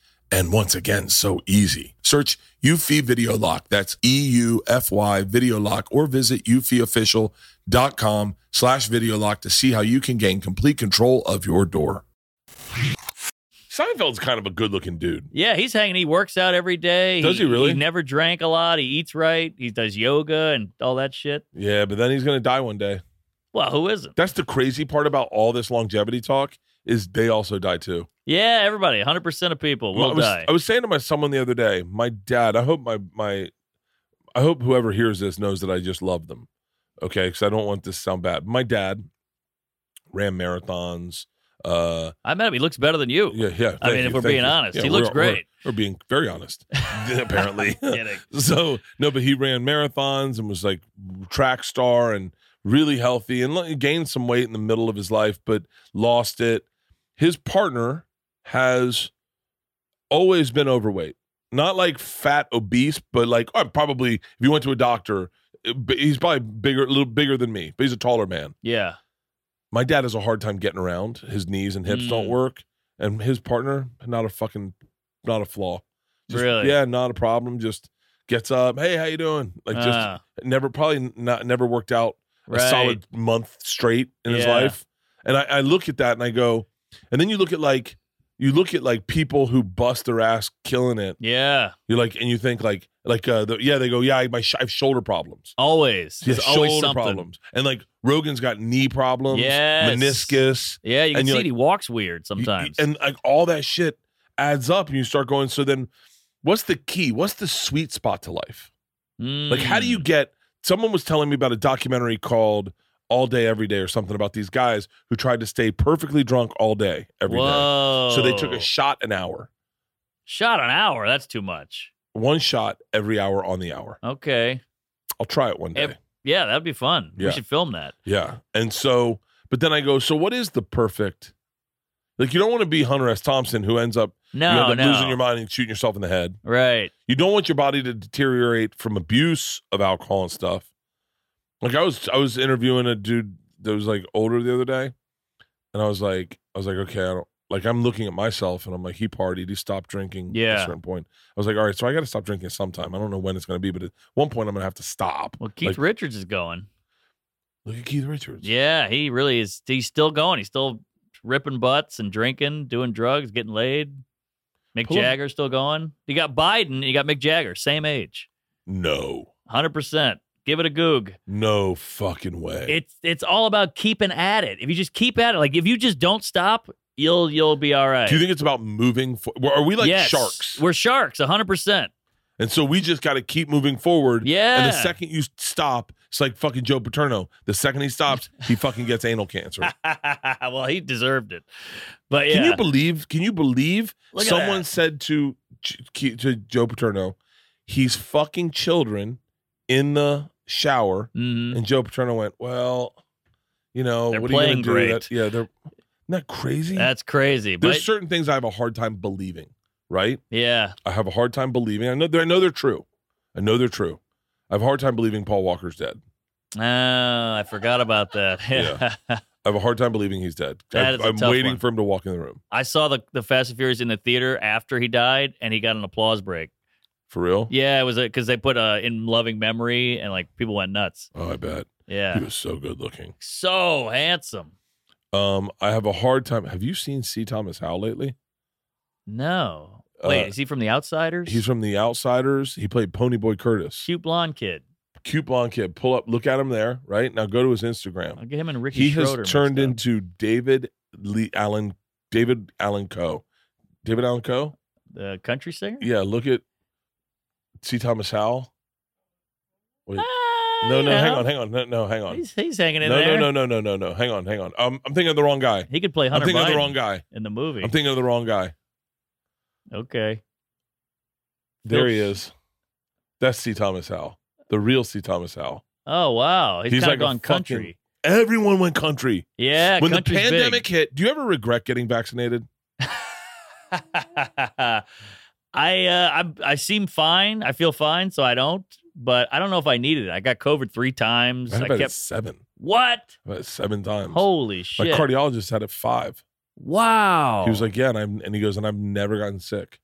and once again, so easy. Search Eufy Video Lock. That's E U F Y Video Lock, or visit eufyofficial.com slash video lock to see how you can gain complete control of your door.
Seinfeld's kind of a good looking dude.
Yeah, he's hanging. He works out every day.
Does he really?
He never drank a lot. He eats right. He does yoga and all that shit.
Yeah, but then he's gonna die one day.
Well, who isn't?
That's the crazy part about all this longevity talk is they also die too.
Yeah, everybody. Hundred percent of people
Well,
will
I was,
die.
I was saying to my someone the other day, my dad. I hope my my, I hope whoever hears this knows that I just love them. Okay, because I don't want this to sound bad. My dad ran marathons. Uh,
I met him. He looks better than you.
yeah, yeah.
I mean,
thank you,
if we're
thank
being
you.
honest,
Yeah,
he looks
we're- we're-
great.
We're, being very honest, apparently.
Kidding.
so no, but he ran marathons and was like track star and really healthy and like, gained some weight in the middle of his life, but lost it. His partner has always been overweight, not like fat obese, but like oh, probably if you went to a doctor, uh, b- he's probably bigger, a little bigger than me, but he's a taller man.
Yeah.
My dad has a hard time getting around. His knees and hips don't
Mm.
work, and his partner not a fucking not a flaw. Just,
Really?
Yeah, not a problem. Just gets up. Hey, how you doing? Like just
Ah,
never probably not never worked out
right.
a solid month straight in his
Yeah.
life. And I, I look at that and I go, and then you look at like you look at like people who bust their ass killing it.
Yeah.
You're like, and you think like like uh the, yeah they go yeah I, my sh- I have shoulder problems.
Always.
Yeah,
There's always
shoulder
something.
problems. And like Rogan's got knee problems,
Yes.
meniscus.
Yeah, you can
And
see
you're
it,
like-
he walks weird
You- you-
sometimes.
and like all that shit adds up and you start going so then what's the key what's the sweet spot to life like how do
Mm.
you get someone was telling me about a documentary called all day every day or something about these guys who tried to stay perfectly drunk all day every day.
Whoa.
so they took a shot an hour
shot an hour. That's too much.
one shot every hour on the hour
Okay.
i'll try it one day
Ev- Yeah, that'd be fun.
Yeah.
We should film that.
yeah and so but then i go so what is the perfect like you don't want to be hunter s thompson who ends up you
No,
end up
no.
losing your mind and shooting yourself in the head
Right.
you don't want your body to deteriorate from abuse of alcohol and stuff. Like I was I was interviewing a dude that was like older the other day, and I was like I was like okay I don't like I'm looking at myself and I'm like he partied he stopped drinking at
Yeah.
a certain point. I was like all right so I got to stop drinking sometime. I don't know when it's going to be, but at one point I'm going to have to stop.
Well, Keith
Like-
Richards is going.
Look at Keith Richards.
Yeah, he really is. He's still going. He's still ripping butts and drinking, doing drugs, getting laid. Mick
Pull up-
Jagger's still going. You got Biden and you got Mick Jagger, same age,
No,
100%. Give it a goog.
no fucking way.
It's it's all about keeping at it. If you just keep at it, like if you just don't stop, you'll you'll be all right.
Do you think it's about moving? For- are we like
Yes.
sharks?
We're sharks, 100%.
and so we just got to keep moving forward.
Yeah.
And the second you stop, it's like fucking Joe Paterno. The second he stops, he fucking gets anal cancer.
well, he deserved it. But yeah.
Can you believe? Can you believe
Look at
someone
that.
said to Ch- Ke- to Joe Paterno, he's fucking children in the shower,
Mhm.
and Joe Paterno went, "Well, You know,
They're
what are you gonna
playing
do
great.
that- yeah, they're not crazy.
That's crazy.
There's
But
certain things I have a hard time believing, right?
yeah,
I have a hard time believing. I know they're, I know they're true. I know they're true. I have a hard time believing Paul Walker's dead.
oh, I forgot about that.
Yeah. I have a hard time believing he's dead.
That
I,
is a
am
tough
waiting
one.
for him to walk in the room.
I saw the the Fast and Furious in the theater after he died, and he got an applause break.
For real?
Yeah, it was because they put uh, in loving memory, and like people went nuts.
Oh, I bet. He
Yeah,
was so good looking.
so handsome.
Um, I have a hard time. Have you seen C. Thomas Howe lately?
No, wait,
Uh,
is he from The Outsiders?
He's from The Outsiders. He played Ponyboy Curtis.
cute blonde kid.
Cute blonde kid. Pull up, look at him there, right? Now go to his Instagram.
I'll get him and Ricky
He has
Schroeder.
turned
mixed
into David Lee Allen, David Allen Co. David Allen Co.
up. the country singer.
Yeah, look at C. Thomas Howell.
Ah,
No,
you
no, hang
know,
on, hang on, no, no, hang on.
He's, he's hanging
No,
in there.
no, no, no, no, no, no. Hang on, hang on. Um, I'm thinking of the wrong guy.
He could play
I'm
Hunter
thinking
Biden
of the wrong guy.
in the movie.
I'm thinking of the wrong guy.
okay,
There he is. That's C. Thomas Howell, the real C. Thomas Howell.
Oh wow, he's,
He's
kind
like a
of gone country.
fucking- Everyone went country.
yeah,
when the
country's big.
pandemic hit, do you ever regret getting vaccinated?
I uh, I I seem fine. I feel fine, so I don't. But I don't know if I needed it. I got COVID three times.
I had
I
about
kept
seven,
what?
about seven times.
Holy
My
shit! Oh.
cardiologist had it five.
wow.
He was like, "Yeah," and, I'm, and he goes, "And I've never gotten sick."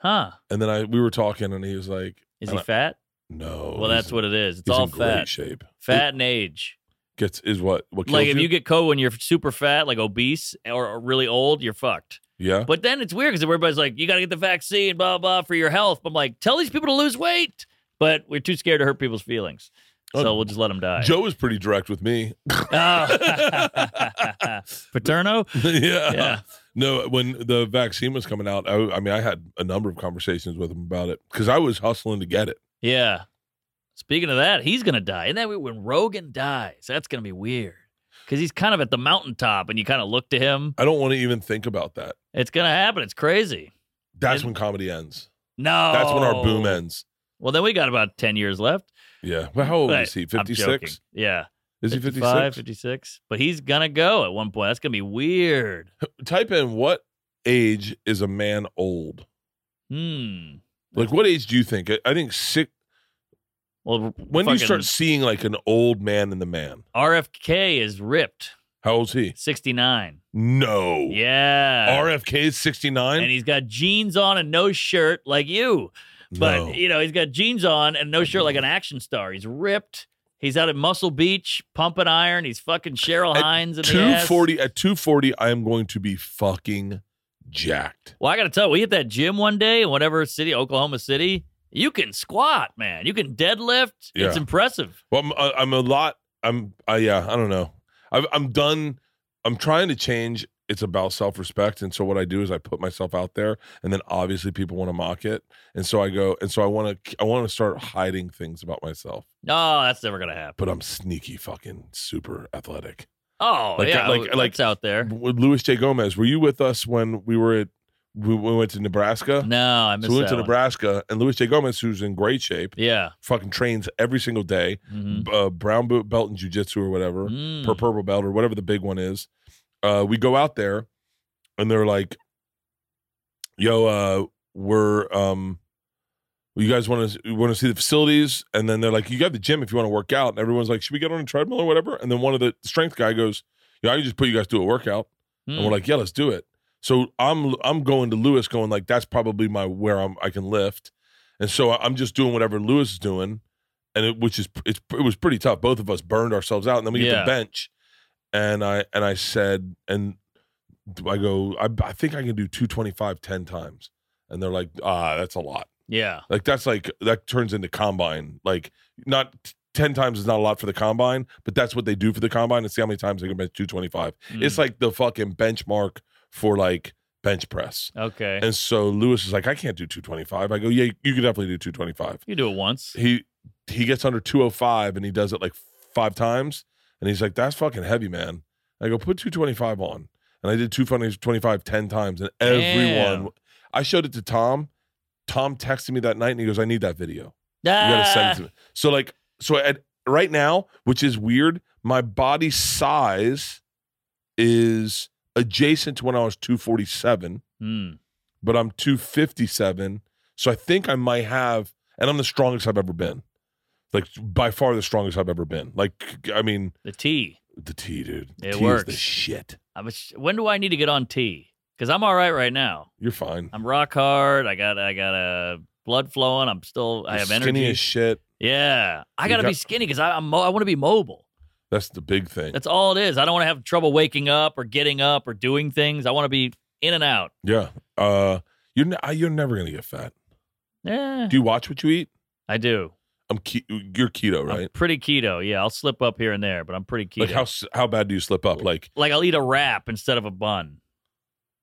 huh?
And then I we were talking, and he was like,
Is he
and I-
fat?
"No."
well, that's what it is. It's
he's
all
in great
fat,
shape.
fat and age.
Gets is what what
Like
kills
if you get COVID when you're super fat, like obese or, or really old, you're fucked.
yeah.
But then it's weird because everybody's like, you got to get the vaccine, blah, blah, for your health. But I'm like, tell these people to lose weight. But we're too scared to hurt people's feelings. So
Oh.
we'll just let them die.
Joe was pretty direct with me.
Oh. Paterno?
yeah.
Yeah.
No, when the vaccine was coming out, I, I mean, I had a number of conversations with him about it because I was hustling to get it.
Yeah. Speaking of that, he's going to die. Isn't that weird? When Rogan dies, that's going to be weird because he's kind of at the mountaintop and you kind of look to him.
I don't want to even think about that.
It's going to happen. It's crazy.
That's
And- Oh.
when comedy ends.
No.
That's when our boom ends.
Well, then we got about 10 years left.
Yeah. Well, how old
But
is he?
I'm joking.
56?
Yeah.
Is he
55,
56?
56. But he's going to go at one point. That's going to be weird.
Type in what age is a man old?
Hmm.
Like, what age do you think? I- I think six.
Well,
When do you
fucking
start seeing like an old man in the man?
RFK is ripped.
How old's he?
69.
No.
Yeah.
RFK is 69?
and he's got jeans on and no shirt like you. But,
No.
you know, he's got jeans on and no shirt like an action star. He's ripped. He's out at Muscle Beach pumping iron. He's fucking Cheryl
At
Hines in the ass.
240 at 240 i am going to be fucking jacked
Well, I got to tell you, we hit that gym one day in whatever city, Oklahoma City. You can squat, man. You can deadlift. It's
Yeah.
impressive.
well i'm, I, I'm a lot i'm I, yeah i don't know I've, i'm done i'm trying to change it's about self-respect and so what i do is i put myself out there and then obviously people want to mock it and so i go and so i want to i want to start hiding things about myself
No, Oh, that's never going to happen.
but i'm sneaky fucking super athletic
Oh,
Like,
yeah.
like-
Like,
like-
it's out there.
With louis j gomez were you with us when we were at we, we went to nebraska
No, I missed
so we went
that
to
one.
nebraska and louis j gomez who's in great shape
Yeah.
fucking trains every single day,
Mhm.
b- uh, brown boot belt in jujitsu or whatever,
Mm.
per purple belt or whatever the big one is. Uh, we go out there, and they're like, "Yo, uh, we're um, you guys want to want to see the facilities?" And then they're like, "You got the gym if you want to work out." And everyone's like, "Should we get on a treadmill or whatever?" And then one of the strength guy goes, "Yeah, I can just put you guys through a workout." And
Mm.
we're like, "Yeah, let's do it." So I'm I'm going to Lewis, going like, "That's probably my where I'm I can lift," and so I- I'm just doing whatever Lewis is doing, and it which is it's it was pretty tough. Both of us burned ourselves out, and then we get
Yeah.
to bench, and I and I said and I go, I, I think I can do 225 10 times, and they're like, ah, that's a lot.
yeah.
Like that's like that turns into combine. Like not ten times is not a lot for the combine, but that's what they do for the combine and see how many times they can bench two twenty five.
Mm.
It's like the fucking benchmark for like bench press.
okay.
And so Lewis is like, I can't do two twenty five. I go, yeah, you could definitely do two twenty five.
you do it once.
He he gets under two oh five and he does it like five times, and he's like, that's fucking heavy, man. I go, put two twenty five on, and I did two twenty five ten times, and everyone.
Damn.
I showed it to Tom. Tom texted me that night and he goes, I
Uh.
need that video. You gotta send it to me. So like, so at right now, which is weird, my body size is adjacent to when I was 247,
Mm.
but I'm 257. So I think I might have, and I'm the strongest I've ever been. Like by far the strongest I've ever been. Like I mean,
The tea.
the tea, dude.
It
tea
works.
Is the shit.
I was, when do I need to get on tea? Because I'm all right right now.
You're fine.
I'm rock hard. I got I got a uh, blood flowing. I'm still I
You're
have
skinny
energy.
as shit.
yeah, I
You
gotta be
got-
skinny because I'm mo- I want to be mobile.
That's the big thing.
That's all it is. I don't want to have trouble waking up or getting up or doing things. I want to be in and out.
yeah. Uh, you're ne- I- you're never gonna get fat.
Yeah,
Do you watch what you eat?
I do.
I'm ke- you're keto, right?
I'm pretty keto. Yeah, I'll slip up here and there, but I'm pretty keto.
Like how s- how bad do you slip up? Like
Like, I'll eat a wrap instead of a bun,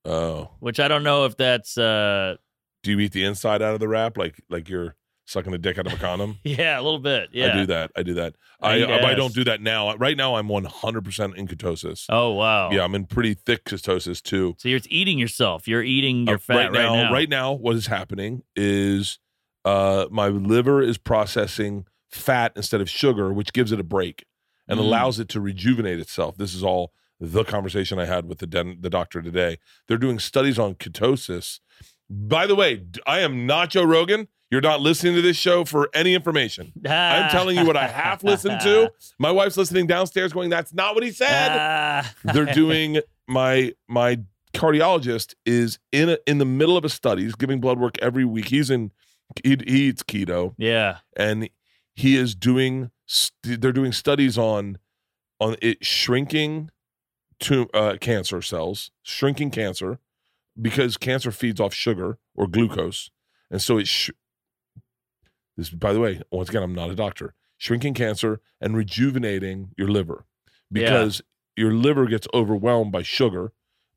oh,
which I don't know if that's uh
do you eat the inside out of the wrap? Like like you're sucking the dick out of a condom?
yeah a little bit. Yeah.
I do that. I do that.
I
I
eat
I, but I
ass.
don't do that now. Right now I'm 100 percent in ketosis.
Oh wow.
Yeah, I'm in pretty thick ketosis too.
So you're it's eating yourself. You're eating your
Uh,
fat right now.
Right now, what is happening is uh, my liver is processing fat instead of sugar, which gives it a break and
Mm.
allows it to rejuvenate itself. This is all the conversation I had with the den- the doctor today. They're doing studies on ketosis. By the way, d- I am not Joe Rogan. You're not listening to this show for any information.
Ah.
I'm telling you what I half listened to. My wife's listening downstairs, going, "That's not what he said."
Ah.
they're doing my my cardiologist is in a, in the middle of a study. He's giving blood work every week. He's in he, he eats keto
yeah.
and he is doing st- they're doing studies on on it shrinking to uh, cancer cells, shrinking cancer because cancer feeds off sugar or glucose, and so it. Sh- this, by the way, once again, I'm not a doctor. Shrinking cancer and rejuvenating your liver
Yeah.
because your liver gets overwhelmed by sugar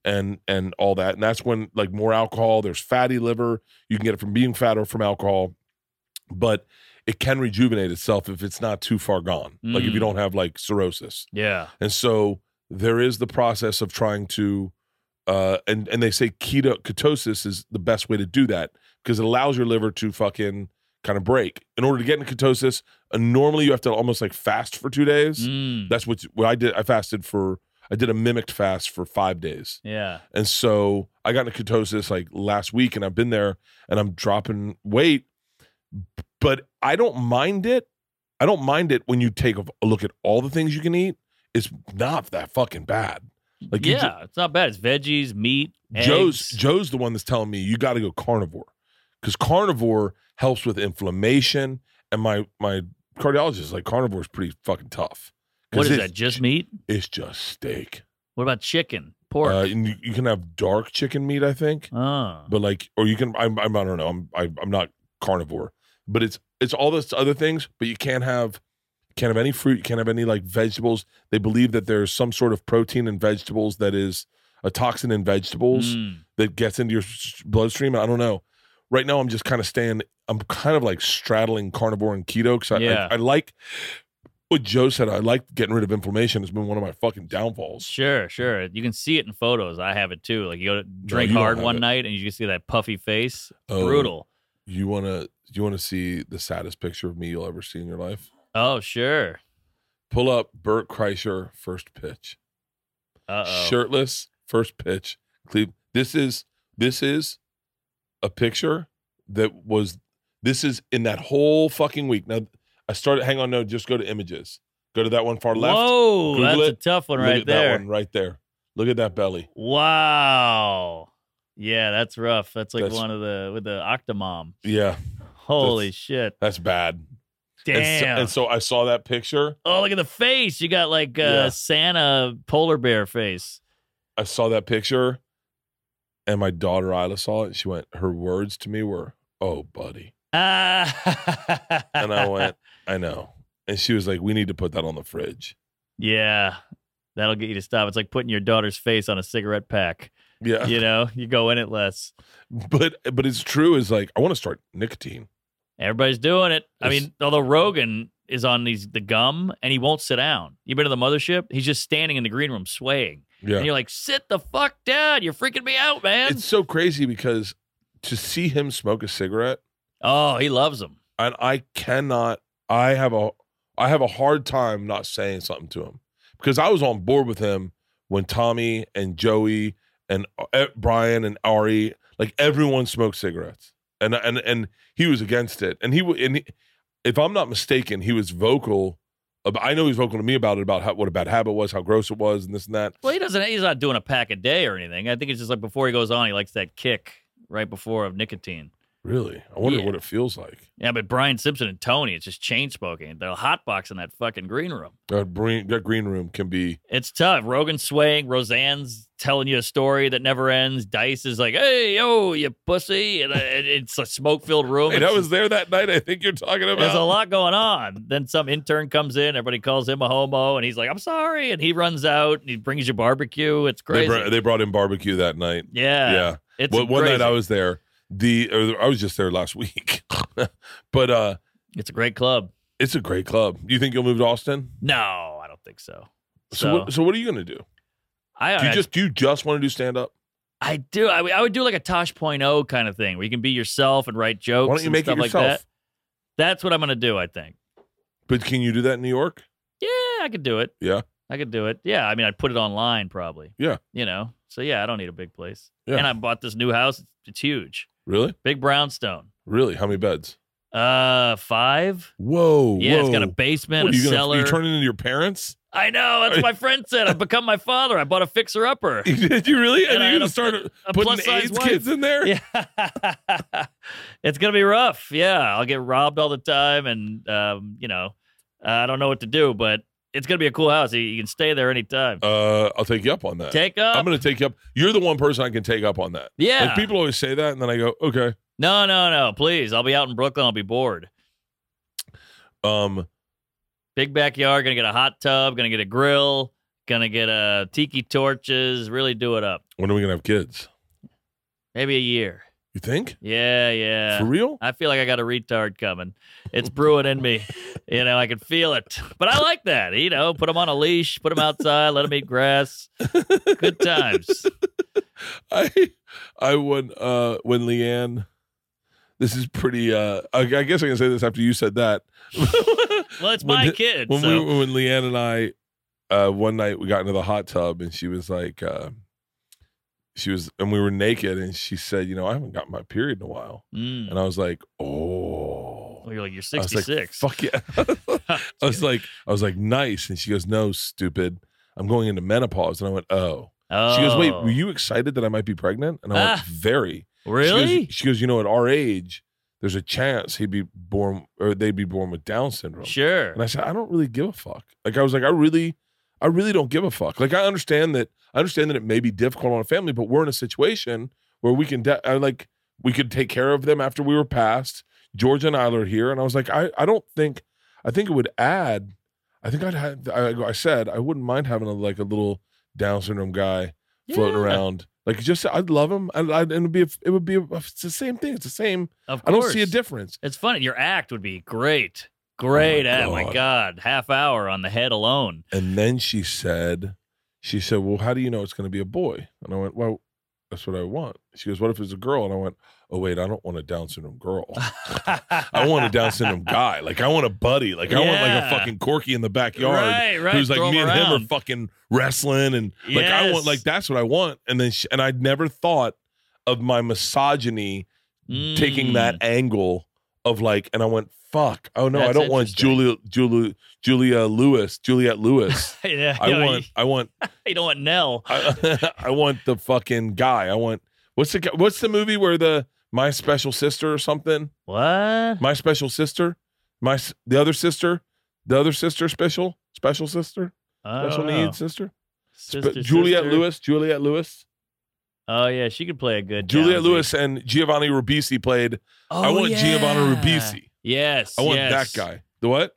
and and all that, and that's when like more alcohol. There's fatty liver. You can get it from being fat or from alcohol, but it can rejuvenate itself if it's not too far gone. Like if you
Mm.
don't have like cirrhosis.
Yeah.
And so there is the process of trying to, uh, and and they say keto ketosis is the best way to do that because it allows your liver to fucking kind of break. In order to get into ketosis, uh, normally you have to almost like fast for two days.
Mm.
That's what what I did. I fasted for I did a mimicked fast for five days,
Yeah.
and so I got into ketosis like last week, and I've been there, and I'm dropping weight, but I don't mind it. I don't mind it when you take a a look at all the things you can eat. It's not that fucking bad. Like you
yeah. it's not bad. It's veggies, meat,
ju- Joe's
eggs.
Joe's the one that's telling me you got to go carnivore because carnivore helps with inflammation. And my my cardiologist is like carnivore is pretty fucking tough. 'Cause
What is
it's-
that? Just meat?
It's just steak.
What about chicken?
Uh,
Pork?
and you, you can have dark chicken meat, I think.
oh.
but like or you can I'm, I'm I don't know I'm I, I'm not carnivore, but it's it's all those other things. But you can't have can't have any fruit. You can't have any like vegetables. They believe that there's some sort of protein in vegetables that is a toxin in vegetables
Mm.
that gets into your s- bloodstream. And I don't know. Right now, I'm just kind of staying. I'm kind of like straddling carnivore and keto because I,
Yeah.
I I like what Joe said. I like getting rid of inflammation. It's been one of my fucking downfalls.
Sure, sure. You can see it in photos. I have it too. Like you go to drink
you don't
hard
have
one
it.
night and you just see that puffy face.
Oh.
Brutal.
You wanna you wanna see the saddest picture of me you'll ever see in your life?
Oh, sure.
pull up Burt Kreischer first pitch,
Uh oh.
shirtless first pitch. Cle- This is this is a picture that was this is in that whole fucking week. Now I started. Hang on, no, just go to images. Go to that one far left.
Whoa,
Google
that's
it.
a tough one
Look
right
at
there.
That one right there. Look at that belly.
Wow. Yeah, that's rough. That's like
That's-
one of the with the Octomom.
Yeah,
Holy shit.
that's bad. And so,
Damn.
and so I saw that picture.
oh, look at the face. You got like uh,
Yeah.
Santa polar bear face.
I saw that picture, and my daughter Isla saw it. And she went. Her words to me were, "Oh, buddy."
Ah.
and I went, I know. And she was like, We need to put that on the fridge.
Yeah. That'll get you to stop. It's like putting your daughter's face on a cigarette pack.
Yeah.
You know, you go in it less.
But but it's true is like I want to start nicotine.
Everybody's doing it. I
It's-
mean, although Rogan is on these the gum and he won't sit down. You been to the mothership? He's just standing in the green room swaying. And
Yeah.
you're like, sit the fuck down. You're freaking me out, man.
It's so crazy because to see him smoke a cigarette
oh, he loves them.
and I cannot I have a I have a hard time not saying something to him. because I was on board with him when Tommy and Joey and uh, Brian and Ari, like everyone smoked cigarettes, and and and he was against it. And he w- and he, if I'm not mistaken, he was vocal. ab- I know he was vocal to me about it, about how, what a bad habit was, how gross it was, and this and that.
Well, he doesn't. He's not doing a pack a day or anything. I think it's just like before he goes on, he likes that kick right before of nicotine.
Really, I wonder
Yeah.
what it feels like.
Yeah, but Brian Simpson and Tony, it's just chain smoking. They're hotboxing that fucking green room.
That green, that green room can be.
It's tough. Rogan's swaying. Roseanne's telling you a story that never ends. Dice is like, "Hey, yo, you pussy!" And uh, it- it's a smoke-filled room.
Hey,
It's-
I was there that night. I think you're talking about.
There's a lot going on. Then some intern comes in. Everybody calls him a homo, and he's like, "I'm sorry," and he runs out and he brings you barbecue. It's
They,
crazy.
br- they brought in barbecue that night.
yeah,
yeah.
It's
Well, one
crazy.
night I was there. The or I was just there last week, but uh,
It's a great club.
it's a great club. You think you'll move to Austin?
No, I don't think so.
So,
So-
what, so what are you gonna do?
I
Do you
I-
just do you just want to do stand up?
I do. I, I would do like a Tosh.0 kind of thing where you can be yourself and write jokes.
Why don't you
and
make
stuff
it yourself?
Like that. That's what I'm gonna do. I think.
But can you do that in New York?
Yeah, I could do it.
Yeah.
I could do it. Yeah, I mean, I'd put it online probably.
Yeah.
You know, so yeah, I don't need a big place.
Yeah.
And I bought this new house. It's, it's huge,
Really?
big brownstone.
Really? How many beds?
Uh, five.
Whoa!
Yeah, it's got a
whoa.
basement,
What,
a
are you gonna-
cellar.
You turning into your parents?
I know. That's what my friend said. I've become my father. I bought a fixer upper.
Did you really?
And
And,
I
you're
had
gonna
a-
start
a
putting
plus-size
AIDS
wife.
kids in there?
Yeah. it's going to be rough. Yeah. I'll get robbed all the time. And, um, you know, uh, I don't know what to do, but it's going to be a cool house. You, you can stay there anytime.
Uh, I'll take you up on that.
Take up.
I'm gonna take you up. You're the one person I can take up on that.
yeah.
Like people always say that, and then I go, okay.
no, no, no. Please. I'll be out in Brooklyn. I'll be bored.
Um,
Big backyard. Going to get a hot tub. Going to get a grill. Going to get a tiki torches. Really do it up.
when are we gonna have kids?
Maybe a year.
You think?
Yeah. Yeah.
For real?
I feel like I got a retard coming. It's brewing in me. You know, I can feel it. But I like that. You know, put them on a leash, put them outside, let them eat grass. Good times.
I I when uh when Leanne this is pretty uh I, I guess I can say this after you said that.
Well, it's
When
my
the-
kid.
when
so.
we when Leanne and I uh one night we got into the hot tub and she was like uh she was and we were naked and she said, you know, I haven't got my period in a while.
Mm.
And I was like, Oh
Well, you're like, you're
I was like,
66.
Fuck yeah. I was like I was like, nice. And she goes, No, stupid. I'm going into menopause. And I went, Oh.
oh.
She goes, Wait, were you excited that I might be pregnant? And I went,
Ah.
Very. She goes-
Really?
She goes, you know, at our age, there's a chance he'd be born or they'd be born with Down syndrome.
Sure.
And I said, I don't really give a fuck. Like I was like, I really, I really don't give a fuck. Like I understand that, I understand that it may be difficult on a family, but we're in a situation where we can, de- I, like, we could take care of them after we were past. Georgia and I are here, and I was like, I, I don't think, I think it would add. I think I'd have. I, I said I wouldn't mind having a, like a little Down syndrome guy floating
Yeah,
around. Like just, I'd love him. I, I, it'd be, a, it would be. A, it's the same thing. It's the same.
Of
I
course.
don't see a difference.
It's funny. Your act would be great. Great.
Oh, my
act. my
God.
God. Half hour on the head alone.
And then she said, she said, well, how do you know it's going to be a boy? And I went, well, that's what I want. She goes, what if it's a girl? And I went, oh wait, I don't want a Down syndrome girl. I want a Down syndrome guy. Like I want a buddy. Like I want like
Yeah.
a fucking Corky in the backyard.
Right, right.
Who's like
Throw
me and him are
around.
fucking wrestling and like I
Yes.
want like that's what I want. And then she, and I never thought of my misogyny taking that
Mm.
angle of like, and I went, fuck, oh no, I
That's
don't want
interesting.
Julia, Julia, Julia Lewis, Juliet Lewis.
yeah,
I
you know,
want, I want,
You don't want Nell.
I, I want the fucking guy. I want what's the guy- what's the movie where the my special sister or something?
What?
My special sister, my s- the other sister, the other sister special special sister
I don't
special
know.
needs sister, Spe-
Oh, Sister,
Juliet
sister.
Lewis, Juliet Lewis,
Oh yeah, she could play a good
Juliet
Downsy.
Lewis, and Giovanni Ribisi played.
Oh,
I want
yeah.
Giovanni Ribisi.
Yes,
I want
yes.
that guy. The what?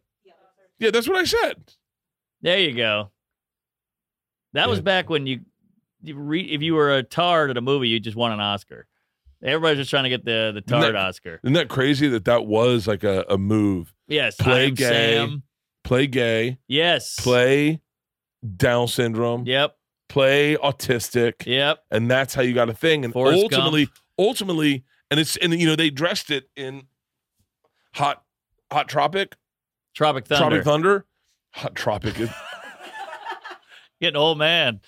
Yeah, that's what I said.
There you go. That was
Yeah.
back when you, you re, if you were a tard at a movie, you just won an Oscar. Everybody's just trying to get the the
Isn't
tard
that-
Oscar.
Isn't that crazy that that was like a, a move?
Yes,
Play
I'm
gay.
Sam.
Play gay,
Yes,
play Down syndrome,
Yep,
play autistic,
yep.
and that's how you got a thing. And
Forrest
ultimately, ultimately, and it's and you know they dressed it in hot, hot tropic,
Tropic Thunder.
tropic thunder, hot tropic. is-
Getting old man.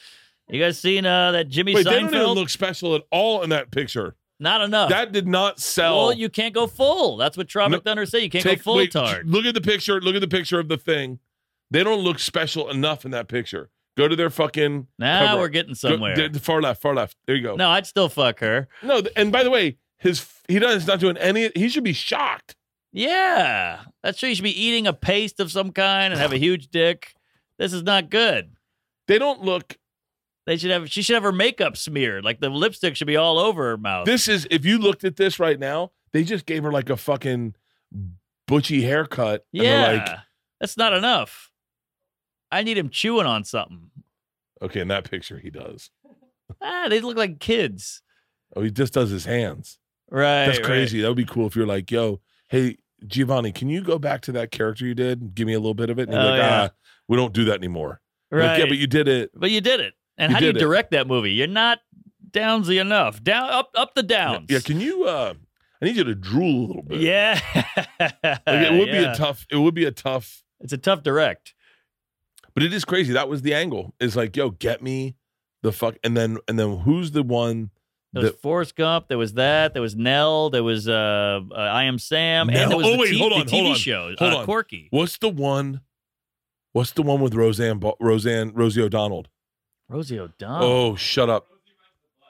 You guys seen uh, that Jimmy
Wait, they don't even
Seinfeld?
look special at all in that picture.
Not enough.
That did not sell.
well, you can't go full. That's what Tropic
No,
Thunder said. You can't
Take-
go full
wait,
tard.
Look at the picture. Look at the picture of the thing. They don't look special enough in that picture. Go to their fucking.
Now
cover.
we're getting
Go-
somewhere.
the- the far left, far left. There you go.
no, I'd still fuck her.
no. th- And by the way, his he does not doing any. He should be shocked.
Yeah. That's true. You should be eating a paste of some kind and have a huge dick. This is not good.
They don't look.
They should have she should have her makeup smeared. Like the lipstick should be all over her mouth.
This is if you looked at this right now, they just gave her like a fucking butchy haircut. and they're
yeah.
like,
that's not enough. I need him chewing on something.
okay, in that picture he does.
Ah, they look like kids.
Oh, he just does his hands.
Right.
That's
right.
crazy. That would be cool if you're like, yo, hey, Giovanni, can you go back to that character you did? and Give me a little bit of it. And you're
Oh,
like,
yeah.
ah, we don't do that anymore. I'm
Right.
Like, yeah, but you did it.
But you did it. And
You
how do you
did it.
direct that movie? You're not downsy enough. Down up up the downs.
Yeah, can you uh I need you to drool a little bit.
Yeah.
Like, it would be
Yeah.
a tough, it would be a tough,
it's a tough direct.
but it is crazy. That was the angle. It's like, yo, get me the fuck and then and then who's the one
There was
The-
Forrest Gump. There was that. There was Nell. There was uh, uh, I Am Sam.
Nell-
And there was
oh,
the,
wait,
t-
hold
the
on,
TV
hold on,
show,
hold
uh,
on.
Corky.
what's the one? What's the one with Roseanne Ba- Roseanne Rosie O'Donnell?
Rosie O'Donnell.
Oh, shut up.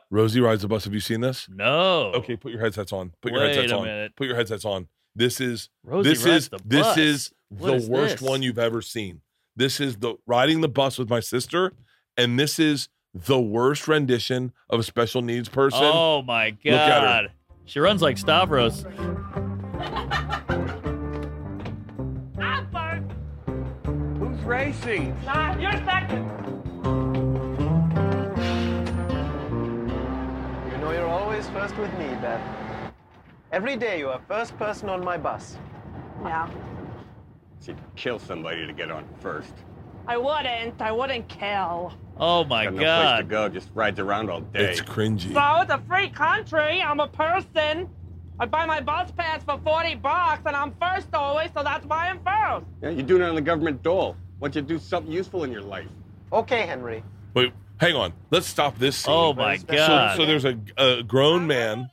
Rosie rides the bus. Have you seen this?
No.
Okay, put your headsets on. Put your
Wait
headsets
a
on.
minute.
Put your headsets on. This is
Rosie
this
rides
is
the
this
bus.
is
What
the
is
worst
this?
one you've ever seen. This is the riding the bus with my sister, and this is the worst rendition of a special needs person.
Oh my God.
at her.
She runs like Stavros.
Who's racing?
You're second.
You know you're always first with me, Beth. Every day you are first person on my bus.
Yeah.
She'd kill somebody to get on first.
I wouldn't. I wouldn't kill.
Oh my
Got no place to
God.
go, just rides around all day.
It's cringy.
So it's a free country. I'm a person. I buy my bus pass for 40 bucks and I'm first always, so that's why I'm first.
Yeah, you're doing it on the government dole. Why don't you do something useful in your life?
Okay, Henry.
Wait, hang on. Let's stop this. Scene.
Oh my
So- so
God.
So there's a, a grown man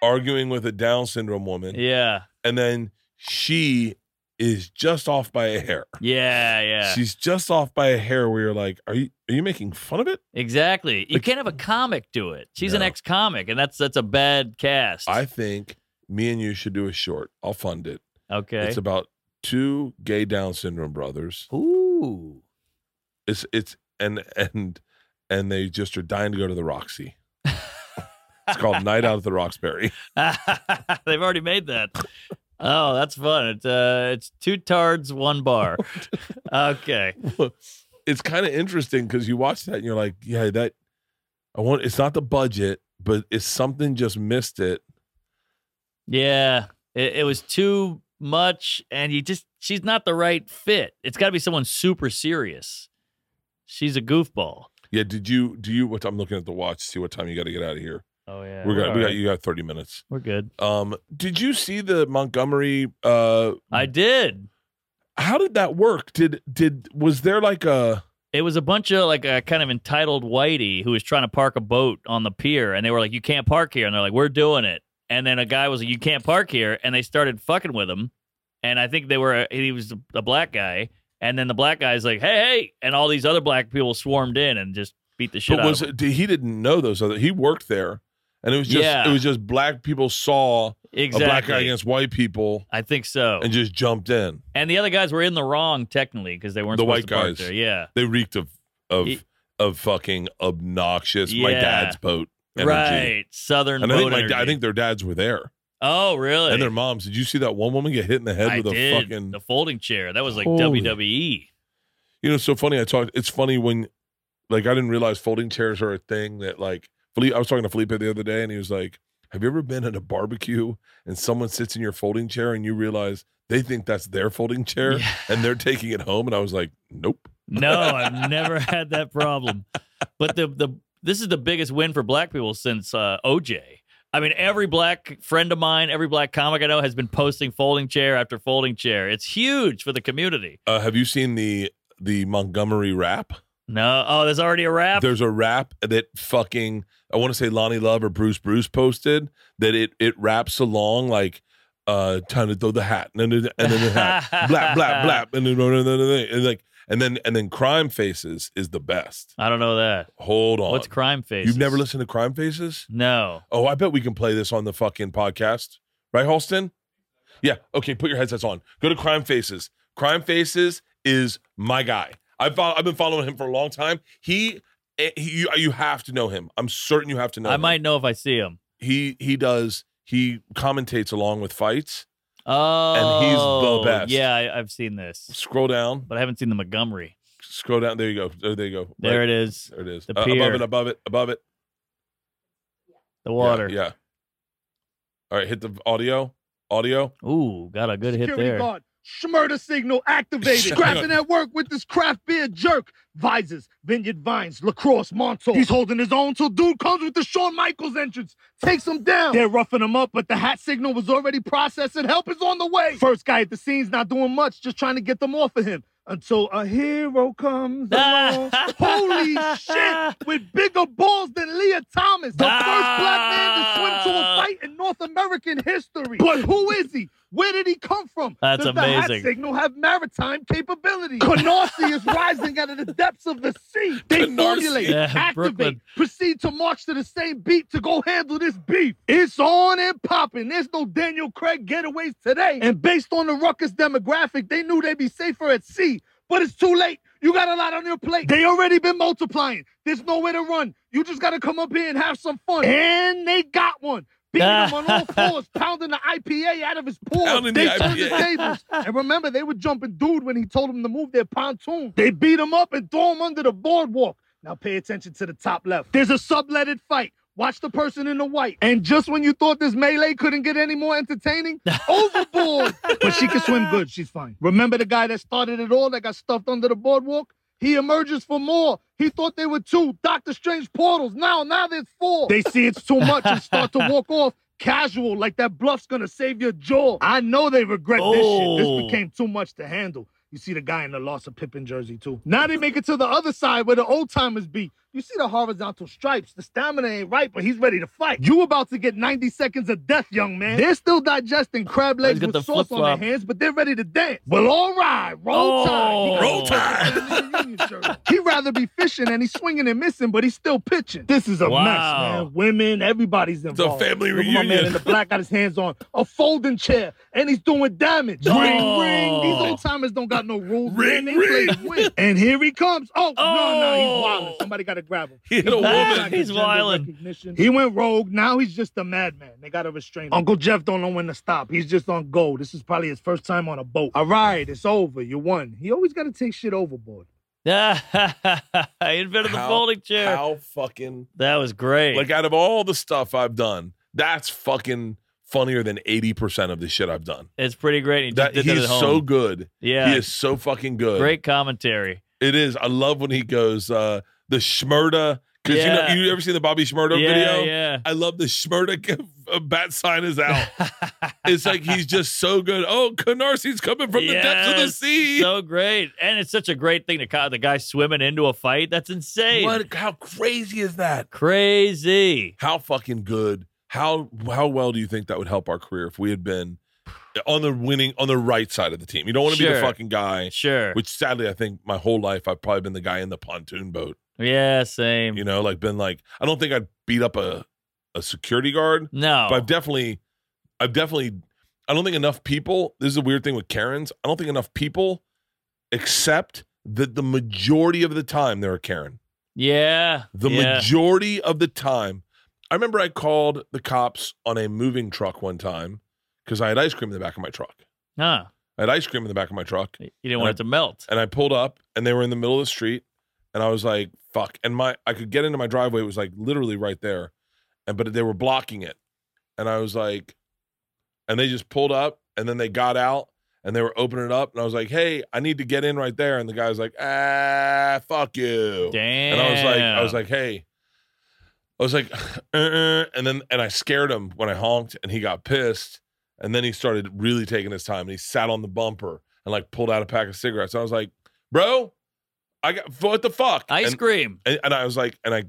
arguing with a Down syndrome woman,
yeah.
and then she is just off by a hair.
Yeah. Yeah.
She's just off by a hair. Where you're like, are you are you making fun of it?
exactly. You
Like- uh,
can't have a comic do it. She's an
No.
ex comic, and that's that's a bad cast.
I think me and you should do a short. I'll fund it.
okay.
It's about two gay Down syndrome brothers.
Ooh.
It's it's and and and they just are dying to go to the Roxy. It's called Night Out at the Roxbury.
They've already made that. Oh, that's fun. It's uh, it's two tards, one bar. okay.
It's kind of interesting because you watch that and you're like, yeah, that I want. It's not the budget, but it's something just missed it.
Yeah, it, it was too much, and you just she's not the right fit. It's got to be someone super serious. She's a goofball.
Yeah. Did you do you? What I'm looking at the watch. See what time you got to get out of here.
Oh yeah,
We're gonna,
all
we got
right.
you got 30 minutes.
We're good.
Um, did you see the Montgomery uh
I did.
how did that work? Did did was there like a
It was a bunch of like a kind of entitled whitey who was trying to park a boat on the pier, and they were like, "You can't park here," and they're like, "We're doing it." And then a guy was like, "You can't park here," and they started fucking with him. And I think they were he was a black guy, and then the black guy's like, "Hey, hey!" and all these other black people swarmed in and just beat the shit
but
out
was
of him.
it, did- he didn't know those other he worked there and it was just
Yeah.
it was just black people saw
Exactly.
a black guy against white people
I think so.
and
And,
just jumped in.
the other guys were in the wrong technically because they weren't
The
supposed
white
to park
guys.
there. Yeah,
They reeked of of
He-
of fucking obnoxious my
Yeah.
dad's boat energy.
right. Southern.
And I think
boat
my dad, I
energy.
think their dads were there.
Oh, really?
And their moms. Did you see that one woman get hit in the head
I
with a
did.
fucking
the folding chair. That was like E.
Holy-
WWE.
You know, it's so funny. I talked. It's funny when, like, I didn't realize folding chairs are a thing that, like, Felipe, I was talking to Felipe the other day, and he was like, "Have you ever been at a barbecue and someone sits in your folding chair and you realize they think that's their folding chair
Yeah.
and they're taking it home?" And I was like, "Nope."
No, I've never had that problem. But the the this is the biggest win for black people since uh, OJ. I mean, every black friend of mine, every black comic I know has been posting folding chair after folding chair. It's huge for the community.
Uh, have you seen the the Montgomery rap?
No. Oh, there's already a wrap.
There's a rap that fucking I want to say Lonnie Love or Bruce Bruce posted that it it raps along like uh time to throw the hat and then and then the hat blap blap blap and then and then- and like and then and then crime faces is the best.
I don't know that.
Hold on.
What's crime face?
Oh, You've never listened to Crime Faces?
No.
Oh, I bet we can play this on the fucking podcast. Right, Halston? Yeah. Okay, put your headsets on. Go to Crime Faces. Crime Faces is my guy. I've, fol- I've been following him for a long time. He, eh, he you, you have to know him. I'm certain you have to know
I
him.
might know if I see him.
He, he does, he commentates along with fights.
Oh,
he's the best.
Yeah, I, I've seen this,
Scroll down.
but I haven't seen the Montgomery.
Scroll down. There you go. Oh, there you go.
There it is,
There it is.
The
Uh,
pier.
above it, above it, above it.
the
Yeah,
water.
Yeah, All right, hit the audio. Audio.
Ooh, got a good hit there.
guard. Schmurda signal activated.
Shut up.
Grappling at work with this craft beer jerk. Visors, Vineyard Vines, Lacrosse, Montauk. He's holding his own till dude comes with the Shawn Michaels entrance. Takes him down. They're roughing him up, but the hat signal was already processed and help is on the way. First guy at the scene's not doing much, just trying to get them off of him. Until a hero comes along. Holy shit! With bigger balls than Leah Thomas, the first black man to swim to a fight in North American history. Uh, But who is he? Where did he come from?
That's
Does The
amazing.
hat signal have maritime capability. Canarsie is rising out of the depths of the sea. They
Canarsie.
formulate,
Yeah,
activate,
Brooklyn.
proceed to march to the same beat to go handle this beef. It's on and popping. There's no Daniel Craig getaways today. And based on the ruckus demographic, they knew they'd be safer at sea. But it's too late. You got a lot on your plate. They already been multiplying. There's nowhere to run. You just gotta come up here and have some fun. And they got one. Beating him on all fours, pounding the IPA out of his paws.
Pounding
they
the
turned the
IPA.
tables. And remember, they were jumping dude when he told them to move their pontoon. They beat him up and throw him under the boardwalk. Now pay attention to the top left. There's a subletted fight. Watch the person in the white. And just when you thought this melee couldn't get any more entertaining, overboard. But she can swim good. She's fine. Remember the guy that started it all that got stuffed under the boardwalk? He emerges for more. He thought they were two Doctor Strange portals. Now, now there's four. They see it's too much and start to walk off casual, like that bluff's gonna save your jaw. I know they regret this shit.
Oh.
This became too much to handle. You see the guy in the loss of Pippin jersey too. Now they make it to the other side where the old timers be. You see the horizontal stripes. The stamina ain't right, but he's ready to fight. You about to get 90 seconds of death, young man. They're still digesting crab legs
got
with
the
sauce on
flip-flop.
their hands, but they're ready to dance. Well, all right,
Oh.
roll tide.
Roll Tide.
He'd rather be fishing and he's swinging and missing, but he's still pitching. This is a
Wow.
mess, man. Women, everybody's
a
involved.
family
Look at My
reunion.
man in the black got his hands on a folding chair, and he's doing damage.
Oh.
Ring, ring. These old timers don't got no rules.
Ring,
man. They play to win. And here he comes. Oh, no, no,
Oh.
he's wilding. Somebody got to grab him.
He hit a
He's
woman.
got
He's
gender
wildin'.
recognition. He went rogue. Now he's just a madman. They got to restrain him. Uncle Jeff don't know when to stop. He's just on go. This is probably his first time on a boat. All right, it's over. You won. He always got to take shit overboard.
he invented the
How-
folding chair.
How fucking
that was great.
like out of all the stuff I've done, that's fucking funnier than eighty percent of the shit I've done.
it's pretty great. He just
That
did
he
that
is
at home.
so good.
yeah,
He is so fucking good.
great commentary.
It is. I love when he goes uh the Schmurda. Because
Yeah.
you know you ever seen the Bobby Schmurda
yeah,
video?
yeah.
I love the Schmurda uh, bat sign is out. it's like he's just so good. Oh, Canarsi's coming from the depths of the
Yes,
sea.
So great, and it's such a great thing to co- the guy swimming into a fight. That's insane.
what, how crazy is that?
Crazy.
How fucking good? How how well do you think that would help our career if we had been on the winning on the right side of the team? You don't want to be
Sure.
the fucking guy.
Sure.
Which sadly, I think my whole life I've probably been the guy in the pontoon boat.
yeah, same.
You know, like been like I don't think I'd beat up a a security guard,
no.
but I've definitely, I've definitely, I don't think enough people. This is a weird thing with Karens. I don't think enough people accept that the majority of the time they're a Karen.
yeah.
The
yeah.
majority of the time, I remember I called the cops on a moving truck one time because I had ice cream in the back of my truck.
huh.
I had ice cream in the back of my truck,
You didn't want
I-
it to melt.
and I pulled up, and they were in the middle of the street, and I was like, "Fuck!" And my I could get into my driveway; it was like literally right there, and but they were blocking it, and I was like, and they just pulled up, and then they got out. And they were opening it up, and I was like, "Hey, I need to get in right there." And the guy was like, "Ah, fuck you."
Damn.
And I was like, I was like, hey, I was like, uh-uh. and then and I scared him when I honked, and he got pissed, and then he started really taking his time, and he sat on the bumper and like pulled out a pack of cigarettes. I was like, bro, I got what the fuck?
Ice
and,
cream.
and, and I was like, and I,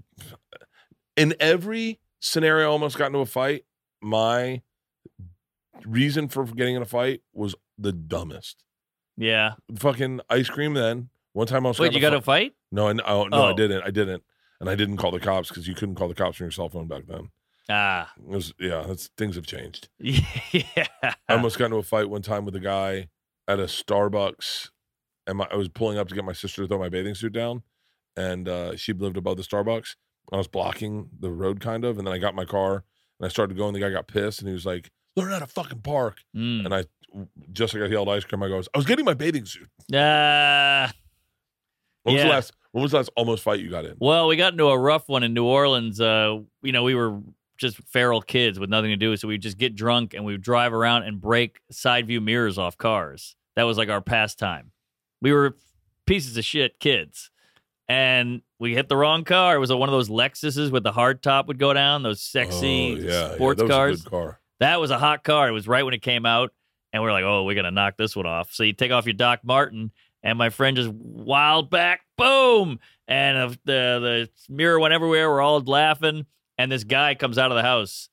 in every scenario, I almost got into a fight. My reason for getting in a fight was the dumbest.
Yeah.
Fucking ice cream. Then one time I was
Wait, you got to fight?
no, I, oh, no, I
Oh.
didn't. I didn't, and I didn't call the cops because you couldn't call the cops on your cell phone back then.
Ah.
It was yeah, that's things have changed.
Yeah.
I almost got into a fight one time with a guy at a Starbucks, and my, I was pulling up to get my sister to throw my bathing suit down, and uh, she lived above the Starbucks. I was blocking the road kind of, and then I got in my car and I started going. The guy got pissed, and he was like, "Learn how to fucking park."
Mm.
And I, just like I yelled ice cream, I goes, "I was getting my bathing suit."
Ah.
When was the
Yeah.
last? When was the last almost fight you got in?
Well, we got into a rough one in New Orleans. Uh, you know, we were just feral kids with nothing to do, so we just get drunk and we would drive around and break side view mirrors off cars. That was like our pastime. We were pieces of shit kids, and we hit the wrong car. It was one of those Lexuses with the hard top would go down, those sexy
Oh, yeah, yeah,
sports
that was a
cars.
good car.
That was a hot car. It was right when it came out, and we are like, "Oh, we're gonna knock this one off." So you take off your Doc Martin, and my friend just wild back, boom, and uh, the the mirror went everywhere. We're all laughing, and this guy comes out of the house,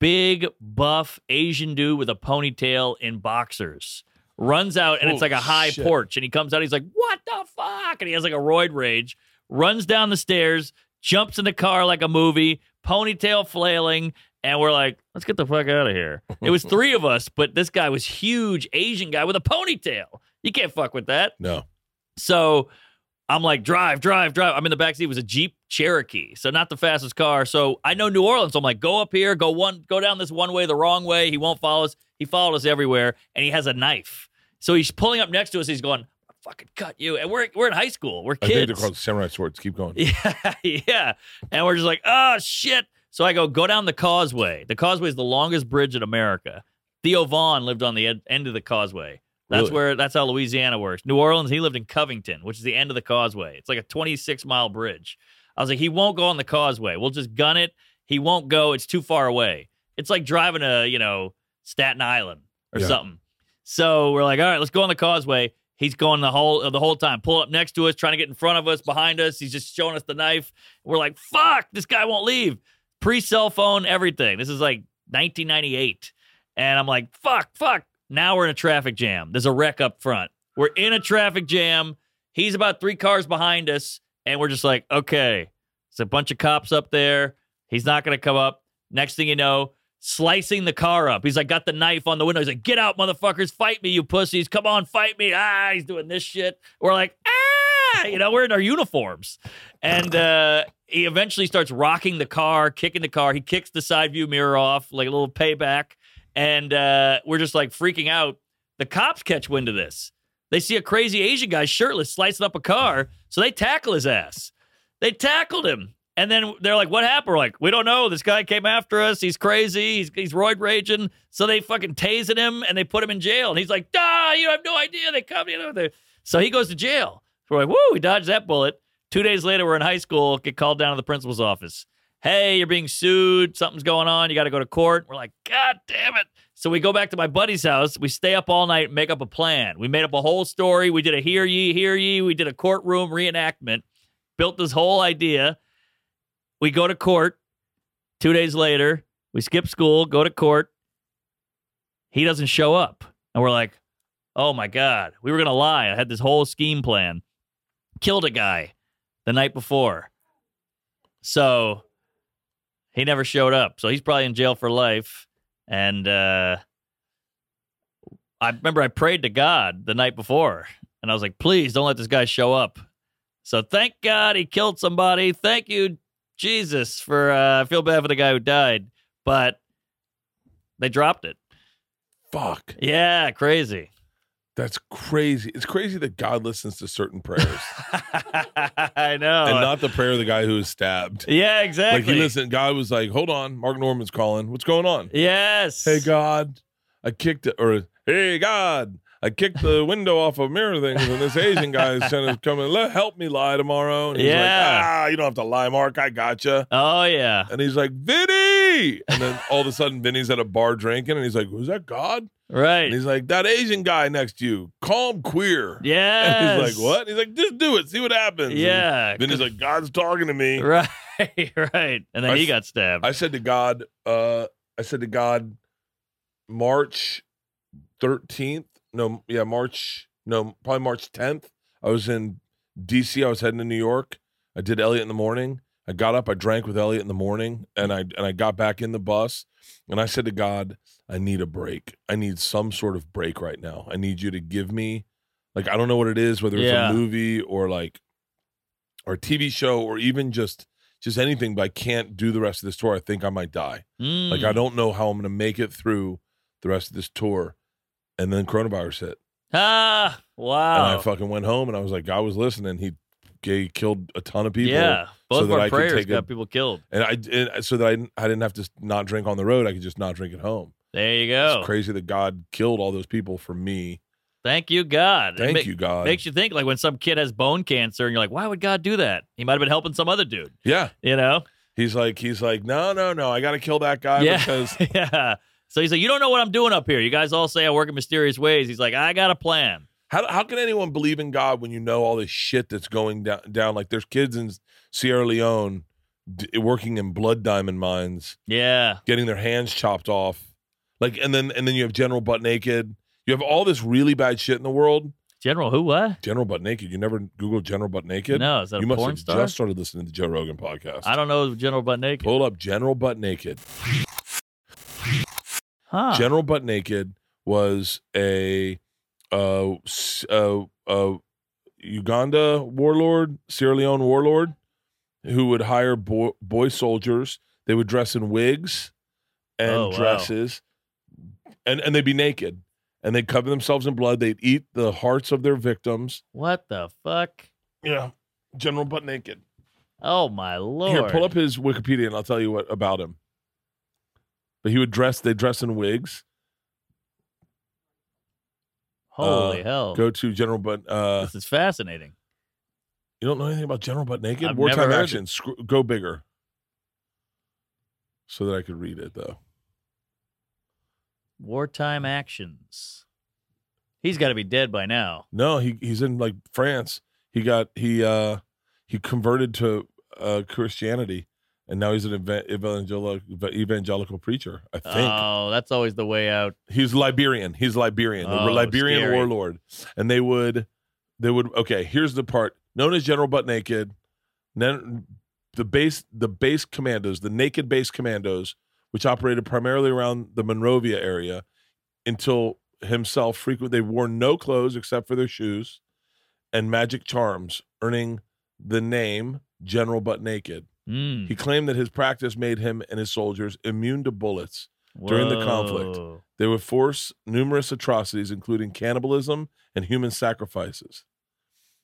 big buff Asian dude with a ponytail in boxers, runs out, and it's like
Holy
a high
shit.
porch, and he comes out. He's like, "What the fuck?" And he has like a roid rage, runs down the stairs, jumps in the car like a movie, ponytail flailing, and we're like, let's get the fuck out of here. It was three of us, but this guy was huge Asian guy with a ponytail. You can't fuck with that.
No,
So I'm like, drive, drive, drive. I'm in the backseat. It was a Jeep Cherokee. So not the fastest car. So I know New Orleans. So I'm like, go up here, go one, go down this one way, the wrong way. He won't follow us. He followed us everywhere. And he has a knife. So he's pulling up next to us. He's going, I'll fucking cut you. And we're we're in high school. We're
I
kids.
think they're called samurai swords. Keep going.
Yeah, yeah. And we're just like, oh shit. So I go go down the causeway. The causeway is the longest bridge in America. Theo Vaughn lived on the ed- end of the causeway. That's
Really?
where that's how Louisiana works. New Orleans, he lived in Covington, which is the end of the causeway. It's like a 26 mile bridge. I was like, he won't go on the causeway. We'll just gun it. He won't go. It's too far away. It's like driving to, you know, Staten Island or
Yeah.
something. So we're like, all right, let's go on the causeway. He's going the whole the whole time, pull up next to us, trying to get in front of us, behind us. He's just showing us the knife. We're like, fuck, this guy won't leave. Pre cell phone, everything. This is like 1998. And I'm like, fuck, fuck. Now we're in a traffic jam. There's a wreck up front. We're in a traffic jam. He's about three cars behind us. And we're just like, okay, there's a bunch of cops up there. He's not going to come up. Next thing you know, slicing the car up. He's like, got the knife on the window. He's like, get out, motherfuckers. Fight me, you pussies. Come on, fight me. Ah, he's doing this shit. We're like, ah, you know, we're in our uniforms. And uh, he eventually starts rocking the car, kicking the car. He kicks the side view mirror off, like a little payback. And uh, we're just like freaking out. The cops catch wind of this. They see a crazy Asian guy shirtless slicing up a car. So they tackle his ass. They tackled him. And then they're like, what happened? We're like, we don't know. This guy came after us. He's crazy. He's, he's roid raging. So they fucking tasered him and they put him in jail. And he's like, ah, you have no idea. They come, you know. They... So he goes to jail. So we're like, woo, we dodged that bullet. Two days later, we're in high school, get called down to the principal's office. Hey, you're being sued. Something's going on. You got to go to court. We're like, God damn it. So we go back to my buddy's house. We stay up all night, make up a plan. We made up a whole story. We did a hear ye, hear ye. We did a courtroom reenactment, built this whole idea. We go to court. Two days later, we skip school, go to court. He doesn't show up. And we're like, oh my God, we were going to lie. I had this whole scheme plan. Killed a guy the night before. So he never showed up. So he's probably in jail for life. And uh, I remember I prayed to God the night before, and I was like, please don't let this guy show up. So thank God he killed somebody. Thank you, Jesus, for uh, I feel bad for the guy who died, but they dropped it.
Fuck,
Yeah, crazy.
that's crazy. It's crazy that God listens to certain prayers.
I know.
and not the prayer of the guy who was stabbed.
yeah,
Like
exactly.
he listened. God was like, "Hold on, Mark Norman's calling. What's going on?
Yes.
Hey God, I kicked it, or Hey God, I kicked the window off a mirror thing, and this Asian guy is trying to come and let, help me lie tomorrow." And he's
Yeah.
like, "Ah, you don't have to lie, Mark. I gotcha."
Oh yeah.
And he's like, "Vinny," and then all of a sudden, Vinny's at a bar drinking, and he's like, "Was that God?"
Right.
And he's like, that Asian guy next to you, call him queer.
Yeah.
And he's like, what? He's like, just do it. See what happens. And
Yeah.
then he's like, God's talking to me.
Right, right. And then
I
he
s-
got stabbed.
I said to God, uh, I said to God, March 13th. No, yeah, March. No, probably March 10th. I was in DC. I was heading to New York. I did Elliot in the morning. I got up. I drank with Elliot in the morning, and I and I got back in the bus, and I said to God, I need a break. I need some sort of break right now. I need you to give me, like, I don't know what it is, whether it's
Yeah.
a movie or like, or a TV show or even just just anything. But I can't do the rest of this tour. I think I might die.
Mm.
Like I don't know how I'm going to make it through the rest of this tour. And then coronavirus hit,
ah,
and
wow.
I fucking went home, and I was like, I was listening. He, he killed a ton of people.
yeah, both
so
of
that
our
I could
prayers
take a-
got people killed.
and I and so that I, didn't- I didn't have to not drink on the road. I could just not drink at home.
There you
It's
go.
crazy that God killed all those people for me.
Thank you, God. It
Thank
ma-
you, God.
Makes you think, like when some kid has bone cancer, and you're like, why would God do that? He might have been helping some other dude.
yeah,
You know?
he's like he's like no no no. I got to kill that guy
yeah,
Uh, because
yeah. So he's like, you don't know what I'm doing up here. You guys all say I work in mysterious ways. He's like, I got a plan.
how how can anyone believe in God when you know all this shit that's going down down? Like there's kids in Sierra Leone d- working in blood diamond mines.
Yeah,
getting their hands chopped off. Like and then and then you have General Butt Naked. You have all this really bad shit in the world.
General, who what?
General Butt Naked. You never Google General Butt Naked.
No, is that
you
a
must
porn
have
star?
just started listening to Joe Rogan podcast.
I don't know General Butt Naked.
Pull up General Butt Naked.
Huh.
General Butt Naked was a uh, s- uh, uh, Uganda warlord, Sierra Leone warlord, who would hire bo- boy soldiers. They would dress in wigs and
Oh, wow.
dresses, and and they'd be naked, and they'd cover themselves in blood. They'd eat the hearts of their victims.
what the fuck?
Yeah, General Butt Naked.
Oh my lord!
Here, pull up his Wikipedia, and I'll tell you what about him. But he would dress. They dress in wigs.
Holy
uh,
hell!
Go to General Butt. Uh,
this is fascinating.
You don't know anything about General Butt Naked?
I've
Wartime
never heard
action. Scr- go bigger. So that I could read it though.
Wartime actions. He's got to be dead by now.
No, he he's in like France. He got he uh he converted to uh Christianity and now he's an evan- evangelical evangelical preacher, I think.
Oh, that's always the way out.
he's Liberian. He's Liberian.
Oh,
the Liberian
scary.
warlord. And they would they would okay, here's the part. Known as General Butt Naked, then the base the base commandos, the naked base commandos, which operated primarily around the Monrovia area until himself frequent they wore no clothes except for their shoes and magic charms, earning the name General Butt Naked.
Mm,
He claimed that his practice made him and his soldiers immune to bullets during the conflict.
whoa.
they would force numerous atrocities, including cannibalism and human sacrifices.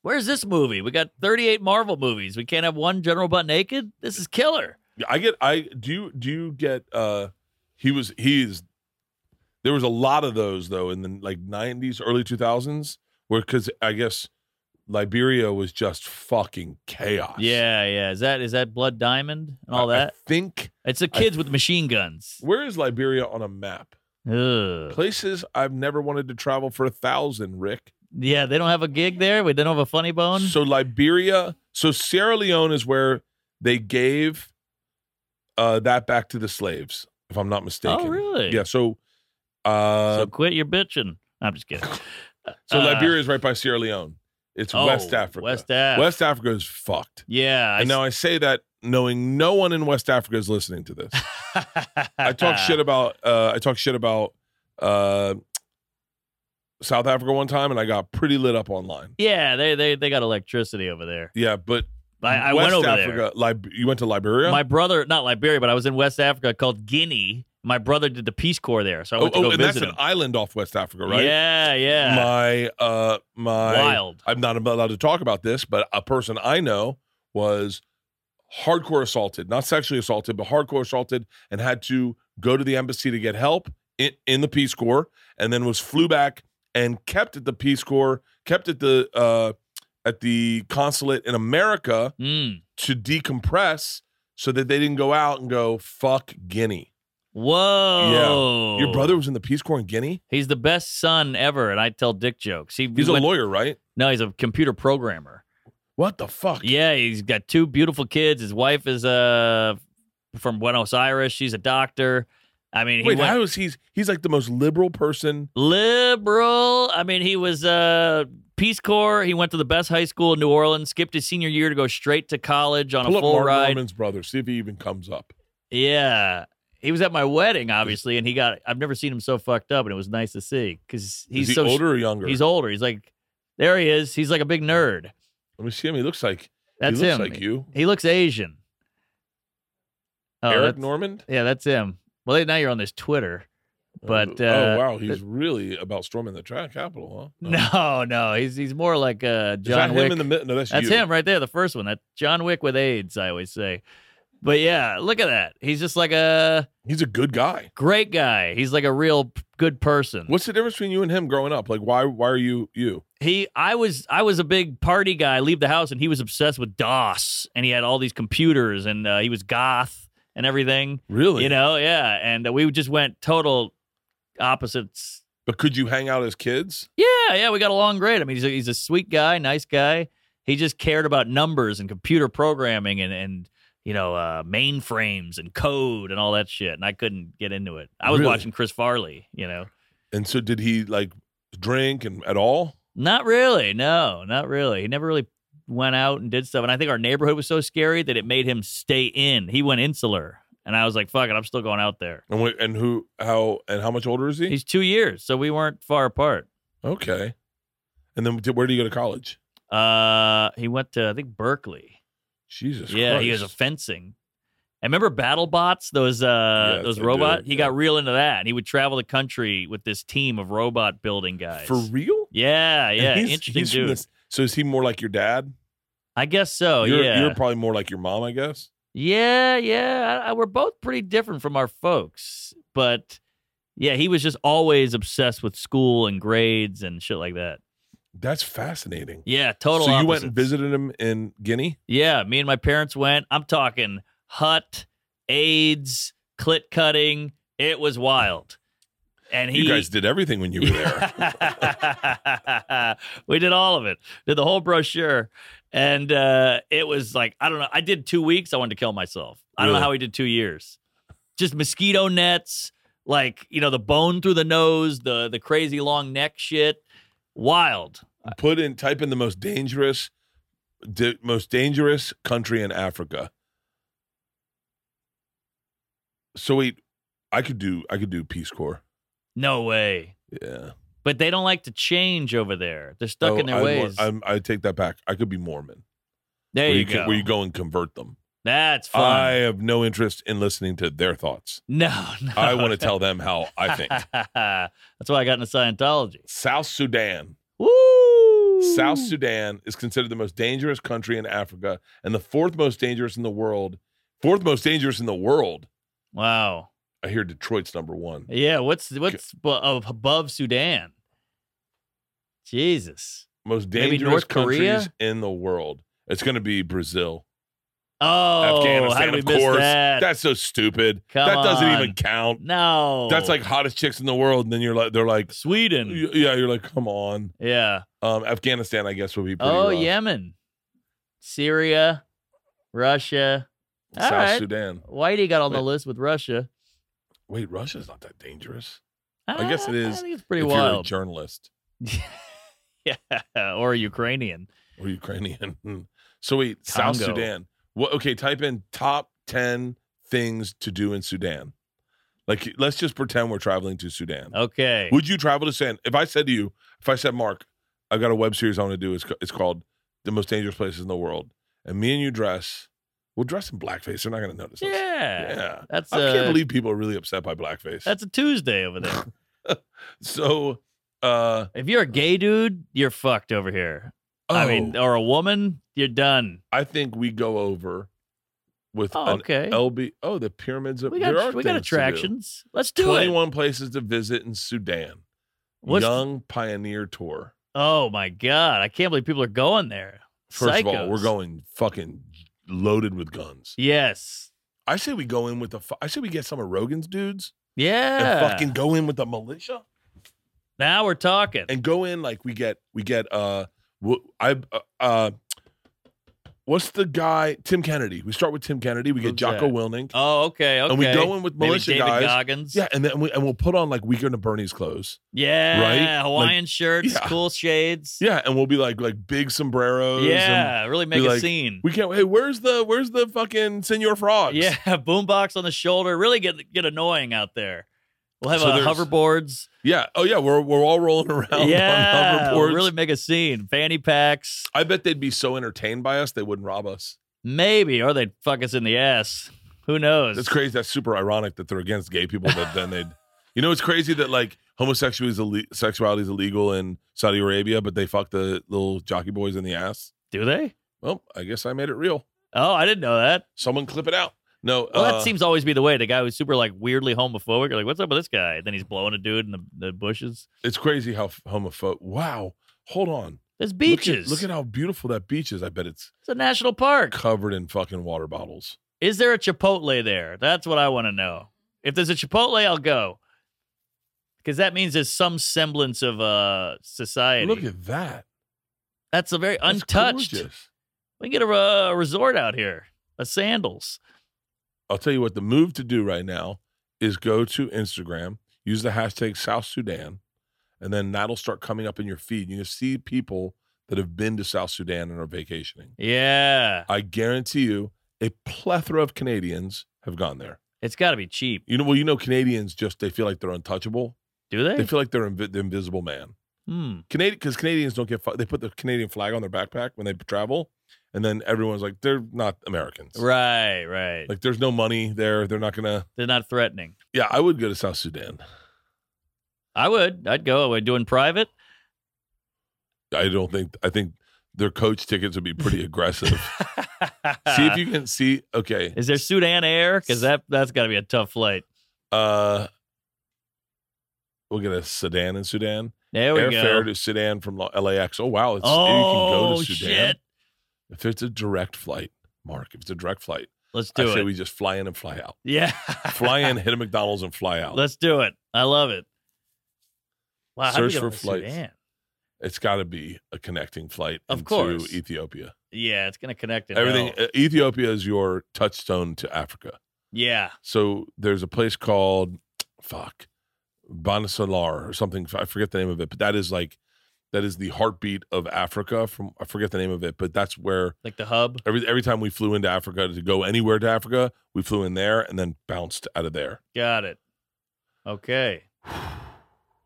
Where's this movie? We got 38 Marvel movies. We can't have one General Butt Naked. This is killer.
I get I do you do you get uh he was he's there was a lot of those though in the like nineties, early two thousands, where cause I guess Liberia was just fucking chaos.
Yeah, yeah. Is that is that Blood Diamond and all
I- I
that?
think
It's the kids with machine guns.
where is Liberia on a map?
Ugh.
Places I've never wanted to travel for a thousand, Rick.
Yeah, they don't have a gig there. We don't have a funny bone.
So Liberia, so Sierra Leone is where they gave uh that back to the slaves, if I'm not mistaken.
oh, really?
Yeah. So uh
so quit your bitching. I'm just kidding.
so
Uh,
Liberia is right by Sierra Leone. It's
oh,
West Africa.
West Africa.
West Africa is fucked.
Yeah.
and now I say that knowing no one in West Africa is listening to this. I talk shit about uh I talk shit about uh South Africa one time and I got pretty lit up online.
Yeah, they they they got electricity over there.
Yeah, but
I, I
West
went over
Africa, Lib- you went to Liberia?
there. My brother, not Liberia, but I was in West Africa called Guinea. My brother did the Peace Corps there, so I
Oh,
went to
oh,
go
and that's
visit
an
him.
island off West Africa, right?
Yeah, yeah.
My uh my
Wild.
I'm not allowed to talk about this, but a person I know was hardcore assaulted, not sexually assaulted, but hardcore assaulted and had to go to the embassy to get help in, in the Peace Corps and then was flew back and kept at the Peace Corps, kept at the uh at the consulate in America
Mm.
to decompress so that they didn't go out and go fuck Guinea.
Whoa.
Your brother was in the Peace Corps in Guinea.
He's the best son ever, and I tell dick jokes. He,
He's a
went-
lawyer, right?
No, he's a computer programmer.
What the fuck?
Yeah, he's got two beautiful kids. His wife is uh from Buenos Aires. She's a doctor. I mean, he
Wait,
went
how is he's he's like the most liberal person?
liberal. I mean, he was uh Peace Corps. He went to the best high school in New Orleans. Skipped his senior year to go straight to college on
Pull
a
up
full
Mark
ride.
Norman's brother. See if he even comes up.
Yeah. He was at my wedding, obviously, and he got. I've never seen him so fucked up, and it was nice to see because he's
He's is he
so
older or younger?
He's older. He's like, there he is. He's like a big nerd.
Let me see him. He looks like
That's
he looks
him.
like you,
He looks Asian. Oh,
Eric
that's-
Norman.
yeah, that's him. Well, now you're on this Twitter, but
oh,
uh,
oh, wow, he's really about storming the track capital, huh?
no, no, he's he's more like uh,
Is
John
that
Wick.
him in the mid- No, that's,
that's
you.
him right there, the first one. That John Wick with AIDS, I always say. But yeah, look at that. He's just like a
He's a good guy.
great guy. He's like a real p- good person.
What's the difference between you and him growing up? Like, why why are you you?
he i was i was a big party guy leave the house and he was obsessed with dos and he had all these computers and uh, he was goth and everything
Really?
you know yeah and uh, we just went total opposites
But could you hang out as kids?
yeah yeah we got along great i mean he's a, he's a sweet guy nice guy he just cared about numbers and computer programming and and you know uh, mainframes and code and all that shit and i couldn't get into it i was
Really?
watching chris farley you know
And so did he like drink and at all?
Not really. No, not really. He never really went out and did stuff. And I think our neighborhood was so scary that it made him stay in. He went insular. And I was like, fuck it, I'm still going out there.
And wh- and who how and how much older is he?
He's two years, so we weren't far apart.
okay. And then did, where did he go to college?
Uh, he went to I think Berkeley.
Jesus
yeah,
Christ.
he was a fencing. And remember BattleBots, those uh
Yes,
those
I do,
robot? He
yeah.
got real into that. And he would travel the country with this team of robot building guys.
For real?
yeah,
And
yeah,
he's-
interesting
he's from
dude.
this- so is he more like your dad?
I guess so.
you're,
yeah,
You're probably more like your mom, I guess.
Yeah, yeah. I, I, we're both pretty different from our folks, but yeah, he was just always obsessed with school and grades and shit like that.
That's fascinating.
Yeah, total.
so you went and
opposites.
visited him in Guinea?
Yeah, me and my parents went. I'm talking hut, AIDS, clit cutting. It was wild. And he
you guys did everything when you were there.
we did all of it. Did the whole brochure. And uh, it was like, I don't know. I did two weeks. I wanted to kill myself. I don't know
Really?
how he did two years. Just mosquito nets, like, you know, the bone through the nose, the the crazy long neck shit. Wild.
Put in type in the most dangerous di- most dangerous country in Africa. So wait, I could do I could do Peace Corps.
No way.
Yeah.
But they don't like to change over there. They're stuck
Oh,
in their
I'm more-
ways.
I'm, I take that back. I could be Mormon.
there
where
you,
you
go.
Can, where you go and convert them.
That's fun.
I have no interest in listening to their thoughts.
no, no.
I want to tell them how I think.
That's why I got into Scientology.
South Sudan.
Woo!
South Sudan is considered the most dangerous country in Africa and the fourth most dangerous in the world. Fourth most dangerous in the world.
Wow.
I hear Detroit's number one.
Yeah, what's what's bu- of above Sudan? Jesus.
Most
Maybe
dangerous
North
countries
Korea?
in the world. It's going to be Brazil,
Oh, how
Afghanistan,
did we
of
miss
course.
that?
That's so stupid.
Come
that doesn't
on.
even count.
no.
That's like hottest chicks in the world, and then you're like, they're like,
Sweden.
yeah, you're like, come on.
Yeah.
Um, Afghanistan, I guess, would be pretty.
Oh,
rough.
Yemen, Syria, Russia. All
South
right.
Sudan.
Whitey got on the
Wait.
list with Russia.
Wait, Russia's not that dangerous. I guess
Ah,
it is
I think it's pretty
if you're a
wild.
journalist
yeah, or Ukrainian.
or Ukrainian. Hmm. so wait, South
Congo.
Sudan. What? Okay, type in top ten things to do in Sudan. Like, let's just pretend we're traveling to Sudan.
Okay.
Would you travel to Sudan? If I said to you, if I said, Mark, I got a web series I want to do. It's, ca- it's called The Most Dangerous Places in the World. And me and you dress, we'll dress in blackface. They're not going to notice
yeah. uh,
us. Yeah.
That's
I
a,
can't believe people are really upset by blackface.
that's a Tuesday over there.
so, uh,
if you're a gay dude, you're fucked over here. I mean,
oh,
or a woman, you're done.
I think we go over with
Oh,
an
okay.
LB. Oh, the pyramids. Of,
we
there are
got we got
things to do.
attractions. Let's do it.
21 places to visit in Sudan.
What's-
Young Pioneer Tour.
Oh my god, I can't believe people are going there.
First of all,
Psychos.
we're going fucking loaded with guns.
Yes.
I say we go in with the. fu- I say we get some of Rogan's dudes
Yeah.
and fucking go in with the militia
now we're talking.
and go in like we get we get uh wh- I uh, uh what's the guy Tim Kennedy? We start with Tim Kennedy. We get
Who's
Jocko
that?
Willink.
oh, okay. Okay.
and we go in with
Maybe
militia
David
guys.
Goggins.
Yeah, and then we, and we'll put on like Weekend of Bernie's clothes.
Yeah.
Right?
Hawaiian shirts,
yeah.
cool shades.
Yeah, and we'll be like like big sombreros. And
Yeah, really make
be
a
like,
scene.
we can't. Hey, where's the where's the fucking Senor Frogs?
Yeah, boombox on the shoulder. Really get get annoying out there. We'll have
So
uh,
there's-
hoverboards.
yeah. Oh yeah, we're we're all rolling around
yeah,
on hoverboards.
really make a scene. Fanny packs,
I bet they'd be so entertained by us they wouldn't rob us.
maybe, or they'd fuck us in the ass. Who knows?
That's crazy. That's super ironic that they're against gay people. That then they'd, you know, it's crazy that like homosexuality is, ille- sexuality is illegal in Saudi Arabia, but they fuck the little jockey boys in the ass.
Do they?
Well, I guess I made it real.
Oh, I didn't know that.
Someone clip it out. No,
Well,
uh,
that seems to always be the way. The guy who's super like weirdly homophobic. You're like, what's up with this guy? Then he's blowing a dude in the, the bushes.
it's crazy how homophobic. Wow, hold on.
There's
Look at-
beaches.
Look at, how beautiful that beach is. I bet it's
it's a national park.
covered in fucking water bottles.
Is there a Chipotle there? That's what I want to know. If there's a Chipotle, I'll go. Because that means there's some semblance of uh society.
Look at that.
That's a very
That's
untouched.
gorgeous.
we can get a, uh resort out here, a sandals.
I'll tell you what the move to do right now is go to Instagram, use the hashtag South Sudan, and then that'll start coming up in your feed. You're gonna see people that have been to South Sudan and are vacationing.
Yeah,
I guarantee you, a plethora of Canadians have gone there.
it's got to be cheap.
You know, well, you know, Canadians just they feel like they're untouchable.
Do
They
they?
feel like they're invi- the invisible man.
Hmm.
Canadian because Canadians don't get fu- they put the Canadian flag on their backpack when they travel, and then everyone's like they're not Americans.
Right, right.
Like there's no money there. They're not gonna.
They're not threatening.
Yeah, I would go to South Sudan.
I would. I'd go. We're doing private.
I don't think I think their coach tickets would be pretty aggressive. see if you can see okay.
Is there Sudan Air? Because that that's got to be a tough flight.
Uh we'll get a sedan in Sudan.
There we
Airfare
go.
to Sudan from La- LAX. Oh wow, it's
Oh
you can go to Sudan.
shit!
If it's a direct flight, Mark, if it's a direct flight,
Let's
I
do
say
it.
we just fly in and fly out.
yeah.
Fly in, hit a McDonald's and fly out.
Let's do it. I love it. Wow, how'd we
Search
go
for
to
flights.
Sudan?
it's got to be a connecting flight
Of
into
course.
Ethiopia.
Yeah, it's gonna connect it.
Everything uh, Ethiopia is your touchstone to Africa.
Yeah.
So there's a place called fuck Banasalar or something. I forget the name of it, but that is like that is the heartbeat of Africa. From I forget the name of it, but that's where
Like the hub.
every every time we flew into Africa to go anywhere to Africa, we flew in there and then bounced out of there.
Got it. Okay.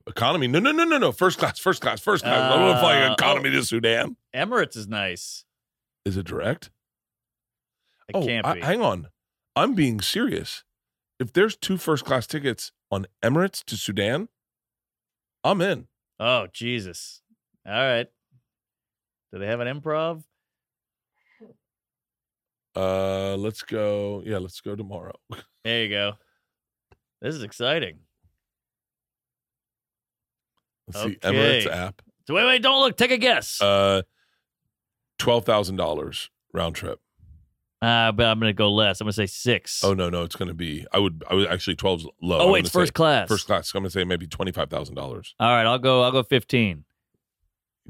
Economy? No, no, no, no, no. First class, first class, first class. I don't want to fly
Uh,
economy to Sudan.
Emirates is nice.
Is it direct?
It can't
Oh, I-
be.
hang on. I'm being serious. If there's two first class tickets on Emirates to Sudan, I'm in.
oh Jesus. All right. Do they have an improv?
Uh, let's go. Yeah, let's go tomorrow.
There you go. This is exciting.
Let's see
Okay.
Emirates app.
So wait, wait, don't look. Take a guess. Uh,
Uh, twelve thousand dollars round trip.
but Uh, I'm gonna go less. I'm gonna say six.
Oh no, no, it's going to be. I would. I would actually twelve's low.
Oh,
I'm
wait,
gonna
it's first
say-
class.
First class. So I'm going to say maybe twenty five thousand dollars.
All right, I'll go. I'll go fifteen.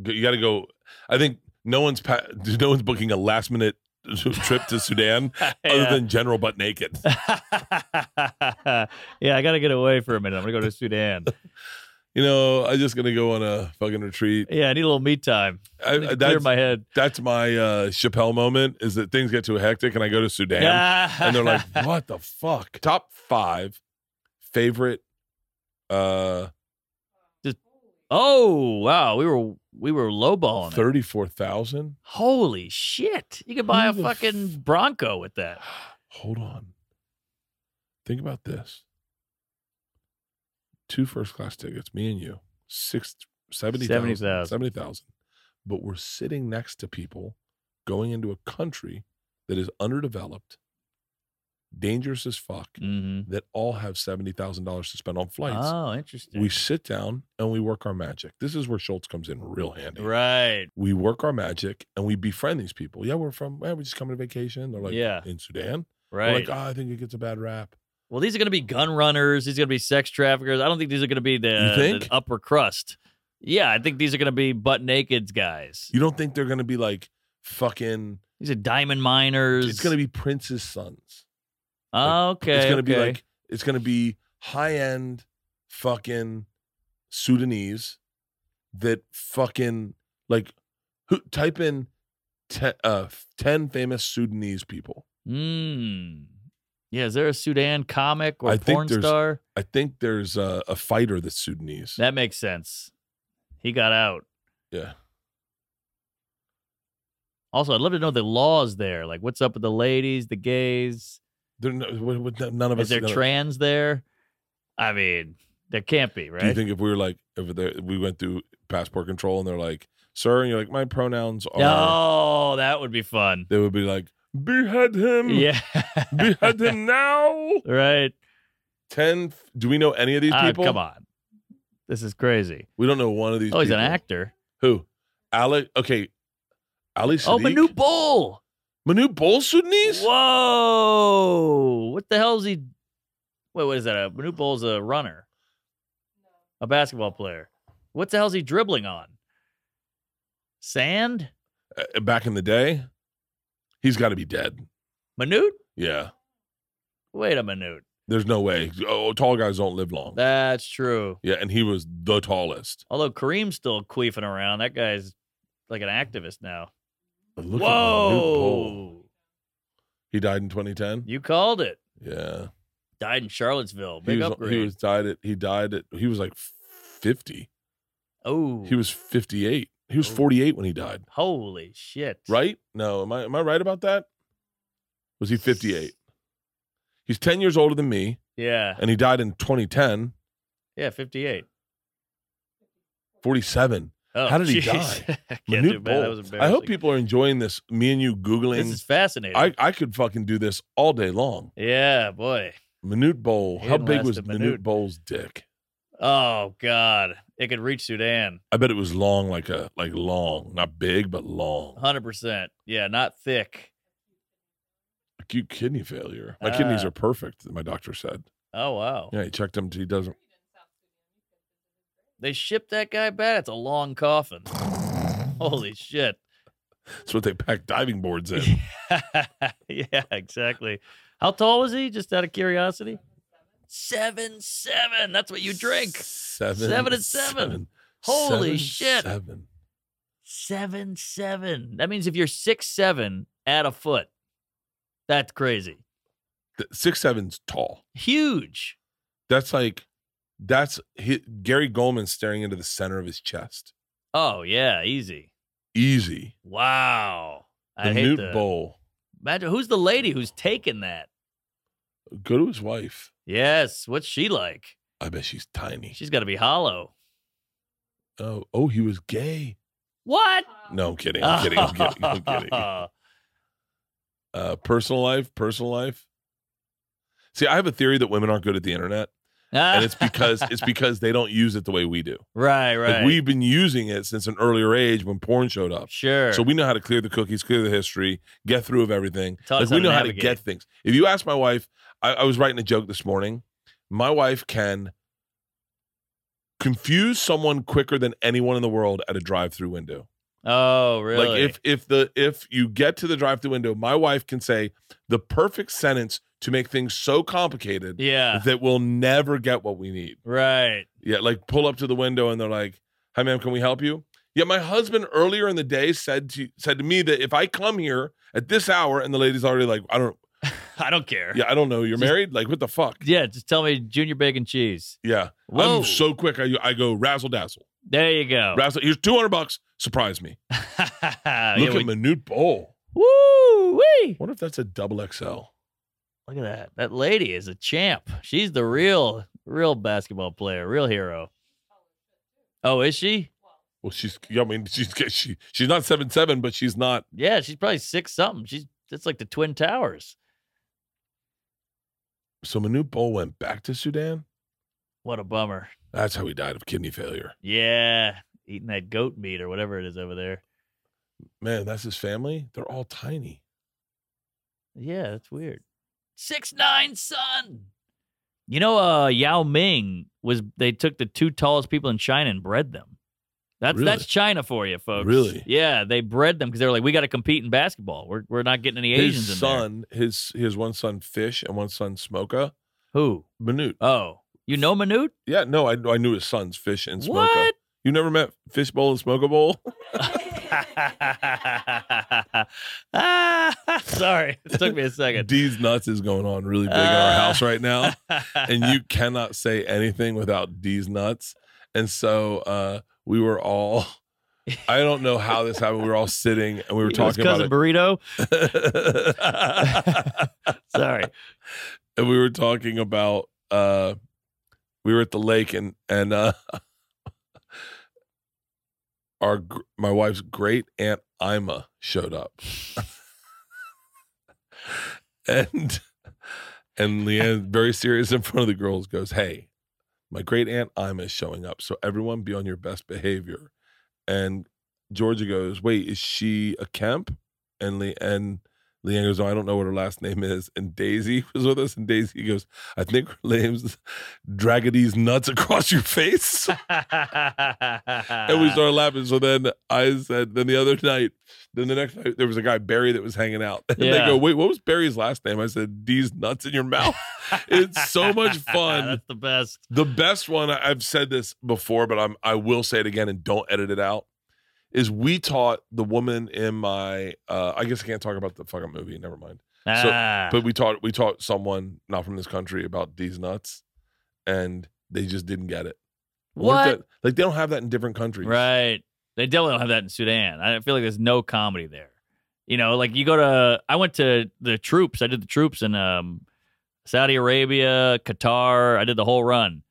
You got to go. I think no one's pa- no one's booking a last minute trip to Sudan other
Yeah.
than General Butt Naked.
yeah, I gotta get away for a minute. I'm gonna go to Sudan.
You know, I'm just going to go on a fucking retreat.
yeah, I need a little me time.
I,
Need to clear
that's
my head.
that's my uh, Chappelle moment. Is that things get too hectic and I go to Sudan. and they're like, "What the fuck?" Top five favorite. Uh,
"Oh wow, we were we were lowballing it.
thirty-four thousand.
Holy shit! You could buy a
Who the f-
fucking Bronco with that.
Hold on. Think about this: two first-class tickets, me and you, six seventy thousand,
70,000.
seventy thousand. But we're sitting next to people going into a country that is underdeveloped, dangerous as fuck,
Mm-hmm.
that all have seventy thousand dollars to spend on flights.
Oh, interesting.
We sit down and we work our magic. This is where Schultz comes in real handy.
right.
We work our magic and we befriend these people. Yeah, we're from, yeah, we're just coming to vacation. They're like,
Yeah.
in Sudan? We're
right?
Like, oh, I think it gets a bad rap.
well, these are going to be gun runners. These are going to be sex traffickers. I don't think these are going to be the,
You think?
the upper crust. Yeah, I think these are going to be butt naked guys.
You don't think they're gonna be like fucking?
These are diamond miners.
It's gonna be Prince's sons.
Ah, okay.
it's gonna be
okay.
like it's gonna be high end fucking Sudanese that fucking like who type in te- uh, ten famous Sudanese people.
Mm. Yeah, is there a Sudan comic or
I think
porn
there's-
star?
I think there's a, a fighter that's Sudanese.
That makes sense. He got out.
yeah.
Also, I'd love to know the laws there. Like, what's up with the ladies, the gays?
They're no, w- w- none of us
Is there
none of-
trans there? I mean, there can't be, right?
Do you think if we were like over there we went through passport control and they're like, sir, and you're like, my pronouns are Hmm.
oh, that would be fun.
they would be like, behead him.
Yeah.
Behead him now.
right.
Ten f- do we know any of these
Ah,
people?
come on. This is crazy.
We don't know one of these
Oh, he's an
people.
actor.
Who? Ali okay. Ali Sadiq.
Oh, Manu Bull.
Manu Bol Sudanese?
Whoa. What the hell is he? Wait, what is that? A Manu Bull's a runner, a basketball player. What the hell is he dribbling on? Sand?
Uh, Back in the day, he's gotta be dead.
Minute?
Yeah.
Wait a minute.
There's no way. Oh, tall guys don't live long.
That's true.
yeah, and he was the tallest.
Although Kareem's still queefing around. That guy's like an activist now.
But look at Manute Bol.
Whoa.
He died in 2010.
You called it.
Yeah,
Died in Charlottesville.
he
Big
was
upgrade.
he was died at he died at he was like 50.
oh,
He was 58. He was 48 when he died.
holy shit.
Right? No, am I am I right about that? Was he 58? He's 10 years older than me,
Yeah.
and he died in 2010.
Yeah, 58.
47.
Oh,
How did he
jeez.
die?
I can't do
Manute
bad. That
Bol.
was
I
embarrassing.
hope people are enjoying this. Me and you googling.
This is fascinating.
I, I could fucking do this all day long.
yeah, boy.
Minute Bowl.
He
How
didn't
big
last
was
a
Minute
minute.
Bowl's dick?
Oh God, it could reach Sudan.
I bet it was long, like a like long, not big, but long.
Hundred percent. Yeah, not thick.
Acute kidney failure. My kidneys
Ah.
are perfect. My doctor said.
Oh wow.
Yeah, he checked them. He doesn't.
They shipped that guy back. It's a long coffin. Holy shit.
That's what they pack diving boards in.
yeah, exactly. How tall was he? Just out of curiosity. Seven seven. That's what you drink.
Seven.
Seven and seven. Holy shit.
Seven.
Seven seven. That means if you're six seven, add a foot. That's crazy.
Th- Six seven's tall.
Huge.
That's like, that's hi Gary Goldman staring into the center of his chest.
Oh yeah, easy.
Easy.
Wow. I
The
hate
Newt
the
Bowl.
Imagine who's the lady who's taking that?
Go to his wife.
Yes. What's she like?
I bet she's tiny.
She's got to be hollow.
Oh, oh, he was gay.
What?
No, I'm kidding. I'm kidding. I'm kidding. I'm kidding. Uh, personal life, personal life. See, I have a theory that women aren't good at the internet, and it's because it's because they don't use it the way we do.
right, right.
Like we've been using it since an earlier age when porn showed up.
sure.
So we know how to clear the cookies, clear the history, get through of everything.
Taught
like
us
we
how to
know how to
navigate.
get things. If you ask my wife, I, I was writing a joke this morning. My wife can confuse someone quicker than anyone in the world at a drive-through window.
oh, really?
Like if if the if you get to the drive-through window, my wife can say the perfect sentence to make things so complicated
yeah.
that we'll never get what we need.
Right.
Yeah, like pull up to the window and they're like, "Hi, ma'am, can we help you?" Yeah, my husband earlier in the day said to said to me that if I come here at this hour and the lady's already like, "I don't,
I don't care.
yeah, I don't know, you're
Just-
married," like, what the fuck?
Yeah, Just tell me junior bacon cheese.
Yeah,
Whoa. Oh.
I'm so quick. I I go razzle dazzle,
there you go.
razzle. Here's two hundred bucks. Surprise me.
Uh, Yeah,
Look
we-
at Minute Bowl.
Woo! Wee!
Wonder if that's a double XL.
Look at that. That lady is a champ. She's the real, real basketball player, real hero. Oh, is she?
Well, she's. yeah, I mean, she's she she's not seven seven, but she's not.
Yeah, she's probably six something. She's it's like the Twin Towers.
So Manute Bol went back to Sudan.
What a bummer.
That's how he died of kidney failure.
Yeah, eating that goat meat or whatever it is over there.
Man, that's his family. They're all tiny.
Yeah, that's weird. Six nine son. You know, uh, Yao Ming was. They took the two tallest people in China and bred them. That's
Really?
that's China for you, folks.
Really?
Yeah, they bred them because they were like, we got to compete in basketball. We're we're not getting any Asians
his
in there.
son, his his one son Fish and one son Smoka.
Who?
Manute. Uh,
Oh, you know Manute?
Yeah, no, I I knew his sons Fish and Smoka.
What?
You never met Fishbowl and Smoka Bowl?
ah, sorry, it took me a second.
D's nuts is going on really big in our
Uh.
house right now, and you cannot say anything without D's nuts. And so uh, we were all. I don't know how this happened. We were all sitting and we were
It was
talking about
cousin
it.
burrito. Sorry.
Sorry. And we were talking about uh we were at the lake and and uh our gr- my wife's great aunt Ima showed up. and and Leanne very serious in front of the girls goes, "Hey, my great aunt Ima is showing up, so everyone be on your best behavior." And Georgia goes, "Wait, is she a Kemp?" And Le- and Leanne goes, oh, I don't know what her last name is. And Daisy was with us, and Daisy goes, I think her name's Dragging these nuts across your face. and we started laughing. So then I said, then the other night, then the next night, there was a guy, Barry, that was hanging out. And
Yeah.
they go, Wait, what was Barry's last name? I said, These nuts in your mouth. It's so much fun.
That's the best.
The best one I- I've said this before, but I'm I will say it again and don't edit it out. Is we taught the woman in my uh I guess I can't talk about the fucking movie. Never mind. So-
Ah.
But we taught we taught someone not from this country about these nuts, and they just didn't get it. I wonder if
What?
that- like they don't have that in different countries.
Right. They definitely don't have that in Sudan. I feel like there's no comedy there. You know, like you go to I went to the troops. I did the troops in um Saudi Arabia, Qatar. I did the whole run.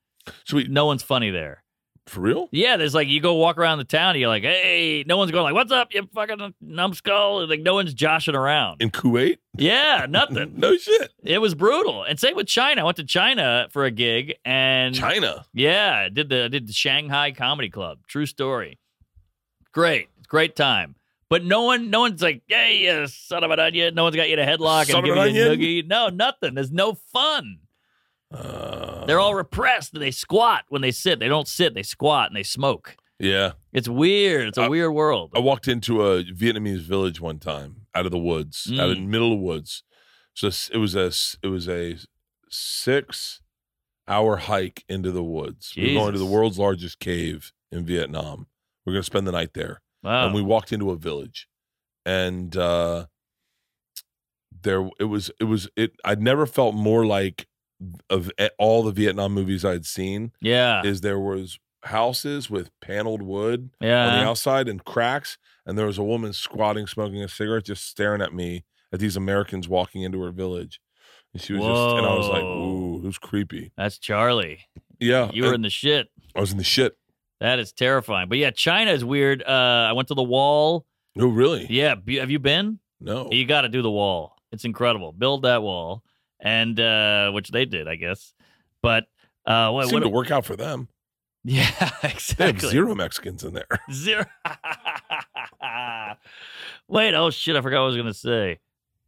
So we
No one's funny there.
for real?
Yeah, there's like you go walk around the town and you're like, hey, no one's going like, what's up, you fucking numbskull? Like no one's joshing around.
In Kuwait?
yeah, nothing.
no shit.
It was brutal. And same with China. I went to China for a gig and
China.
yeah, I did the I did the Shanghai Comedy Club. True story. Great, great time. But no one, no one's like, hey, you son of an onion. No one's got you in a headlock
Son
and
of
giving
an
you a
onion.
noogie. No, nothing. There's no fun.
Uh,
They're all repressed and they squat when they sit. They don't sit. They squat and they smoke.
yeah.
It's weird. It's a
I-
weird world.
I walked into a Vietnamese village one time out of the woods, out
Mm.
in the middle of the woods. So s- it was a s- it was a six hour hike into the woods. We were going to the
Jesus.
world's largest cave in Vietnam. We are gonna spend the night there.
wow.
and we walked into a village and uh there it was it was it i'd never felt more like of a- all the vietnam movies i'd seen
yeah.
is there was houses with paneled wood on the
Yeah.
outside and cracks and there was a woman squatting smoking a cigarette just staring at me at these americans walking into her village and she was just and i was like
Whoa.
ooh it was creepy
That's Charlie.
yeah
You were
Uh, and
in the shit.
i was in the shit
That is terrifying. But yeah, China is weird. Uh, I went to the wall.
no really
Yeah. bu- Have you been?
no
You got to do the wall. It's incredible. Build that wall, and uh, which they did, I guess. But uh, what?
seemed
what
to work out for them
yeah,
they have
exactly.
zero mexicans in there
Zero. Wait. Oh shit! I forgot what I was gonna say.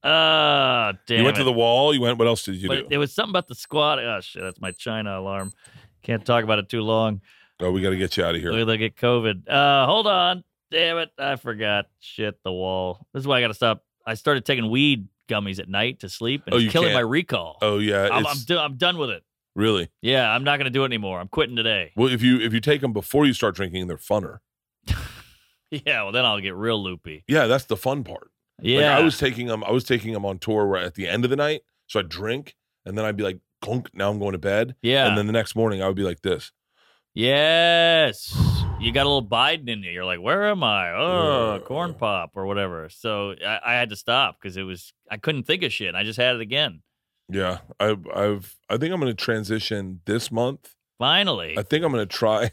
Uh damn.
you went
it.
to the wall. You went. What else did you
But
do?
there was something about the squat. Oh shit! That's my China alarm. Can't talk about it too long.
Oh, we got to get you out of
We're
here.
gonna get COVID. Uh, hold on. Damn it! I forgot. Shit, the wall. This is why I gotta stop. I started taking weed gummies at night to sleep, and
Oh, you
it's killing
can't.
my recall.
Oh yeah,
I'm, I'm,
it's
do- I'm done with it.
really
Yeah, I'm not going to do it anymore. I'm quitting today.
well. If you if you take them before you start drinking, they're funner.
Yeah, well, then I'll get real loopy.
Yeah, that's the fun part. Like,
Yeah.
I was taking them. I was taking them on tour where at the end of the night, so I would drink and then I'd be like, "Gunk," now I'm going to bed.
yeah.
And then the next morning, I would be like this.
yes. You got a little Biden in you. You're like, where am I? Oh,
Yeah.
corn pop or whatever. So I, I had to stop because it was, I couldn't think of shit. And I just had it again.
Yeah, I, I've. I think I'm going to transition this month.
Finally.
I think I'm going to try.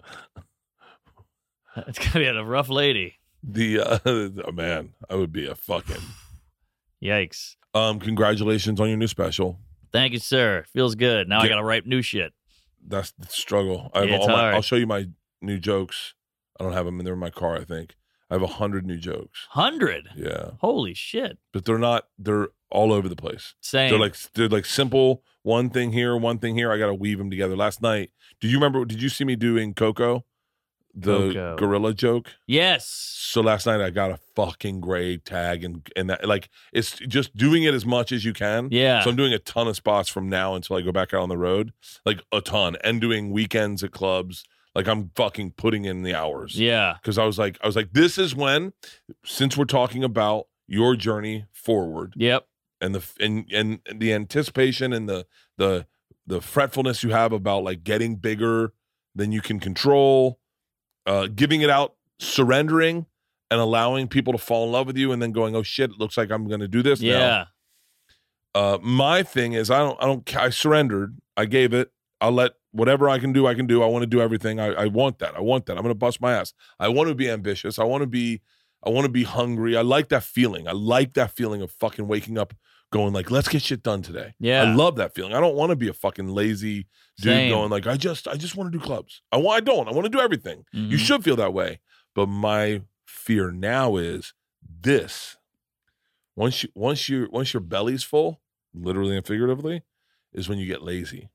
it's going to be a rough lady.
The uh, oh, man, I would be a fucking.
Yikes.
Um, congratulations on your new special.
Thank you, sir. Feels good. Now I
Get-
got to write new shit.
That's the struggle. I have
Yeah, it's
all my,
hard.
I'll show you my new jokes. I don't have them in there in my car. I think I I have a hundred new jokes.
100.
Yeah,
Holy shit.
but they're not. They're all over the place.
Same.
They're like they're like simple. One thing here, one thing here. I got to weave them together. Last night, do you remember? Did you see me doing Coco, the
Coco.
gorilla joke?
yes.
So last night I got a fucking great tag and and that like it's just doing it as much as you can.
Yeah.
So I'm doing a ton of spots from now until I go back out on the road, like a ton, and doing weekends at clubs. Like I'm fucking putting in the hours.
Yeah.
Because I was like, I was like, this is when, since we're talking about your journey forward
Yep.
and the and and the anticipation and the the the fretfulness you have about like getting bigger than you can control, uh, giving it out, surrendering, and allowing people to fall in love with you, and then going, oh shit, it looks like I'm going to do this now
Yeah.
uh my thing is i don't i don't ca- i surrendered i gave it i'll let whatever i can do i can do i want to do everything i, I want that i want that i'm gonna bust my ass i want to be ambitious i want to be i want to be hungry i like that feeling i like that feeling of fucking waking up going like let's get shit done today i
Yeah.
love that feeling i don't want to be a fucking lazy dude
Same.
going like i just i just want to do clubs i want i don't i want to do everything you
Mhm.
should feel that way but my fear now is this once you once you once your belly's full literally and figuratively is when you get lazy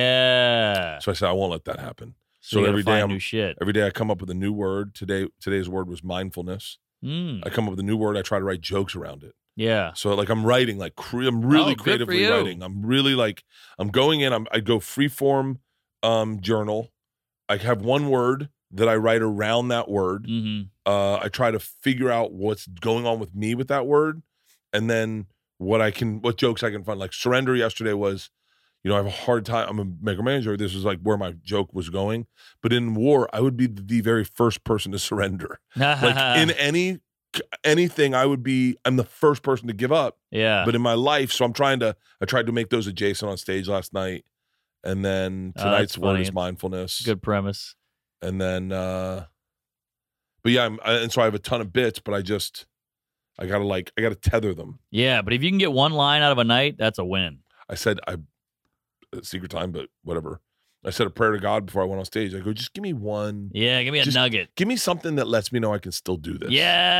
Yeah.
so i said i won't let that happen
So,
so
you gotta
every day
find
I'm-
new shit.
every day i come up with a new word today today's word was mindfulness
Mm.
i come up with a new word i try to write jokes around it
Yeah.
so like i'm writing like cre- i'm
Ah. Oh,
really
good for
creatively
you.
writing i'm really like i'm going in I'm, i go free form um journal i have one word that i write around that word
hmm
uh, I try to figure out what's going on with me with that word, and then what I can, what jokes I can find. Like surrender yesterday was, you know, I have a hard time. I'm a micromanager. manager. This is like where my joke was going. But in war, I would be the very first person to surrender. Like in any anything, I would be. I'm the first person to give up.
yeah.
But in my life, so I'm trying to. I tried to make those adjacent on stage last night, and then
Oh, that's
tonight's word
funny.
is mindfulness
Good premise.
and then uh but yeah I'm, I, and so i have a ton of bits but i just i gotta like i gotta tether them
Yeah, but if you can get one line out of a night, that's a win.
i said i uh, secret time but whatever i said a prayer to god before i went on stage i go just give me one
Yeah, give me a
Just
nugget.
give me something that lets me know i can still do this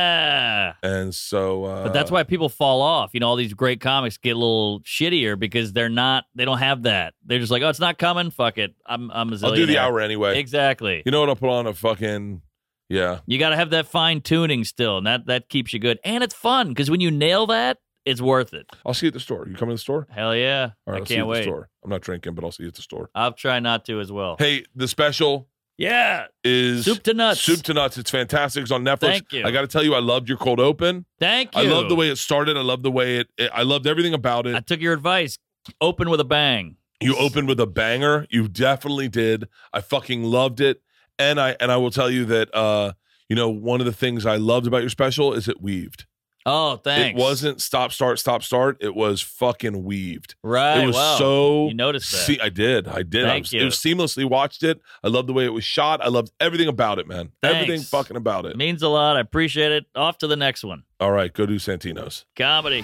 Yeah.
and so uh
But that's why people fall off. You know, all these great comics get a little shittier because they're not they don't have that. They're just like, "Oh, it's not coming. Fuck it. I'm I'm a
i'll do the
zillionaire."
hour anyway
Exactly.
you know what i'll put on a fucking yeah
You got to have that fine tuning still, and that that keeps you good. And it's fun because when you nail that, it's worth it.
i'll see you at the store you coming to the store
Hell yeah.
all right
I
will see you
can't
at the
wait.
store i'm not drinking but i'll see you at the store
I'll try not to as well.
hey the special
Yeah.
is
Soup to nuts.
Soup to nuts. It's fantastic. It's on Netflix.
Thank you.
I got to tell you, I loved your cold open.
Thank you.
I love the way it started. I love the way it, it- I loved everything about it.
I took your advice. Open with a bang.
you opened with a banger. You definitely did. I fucking loved it. And I and I will tell you that uh, you know, one of the things I loved about your special is it weaved.
Oh, thanks.
It wasn't stop, start, stop, start. It was fucking weaved.
right.
it was
wow.
so
You noticed that.
se- I did. I did. I
Thank
was,
you.
It was seamlessly watched it. I loved the way it was shot. I loved everything about it, man. Everything
Thanks.
fucking about it.
Means a lot. I appreciate it. Off to the next one.
All right, go do Santino's.
Comedy.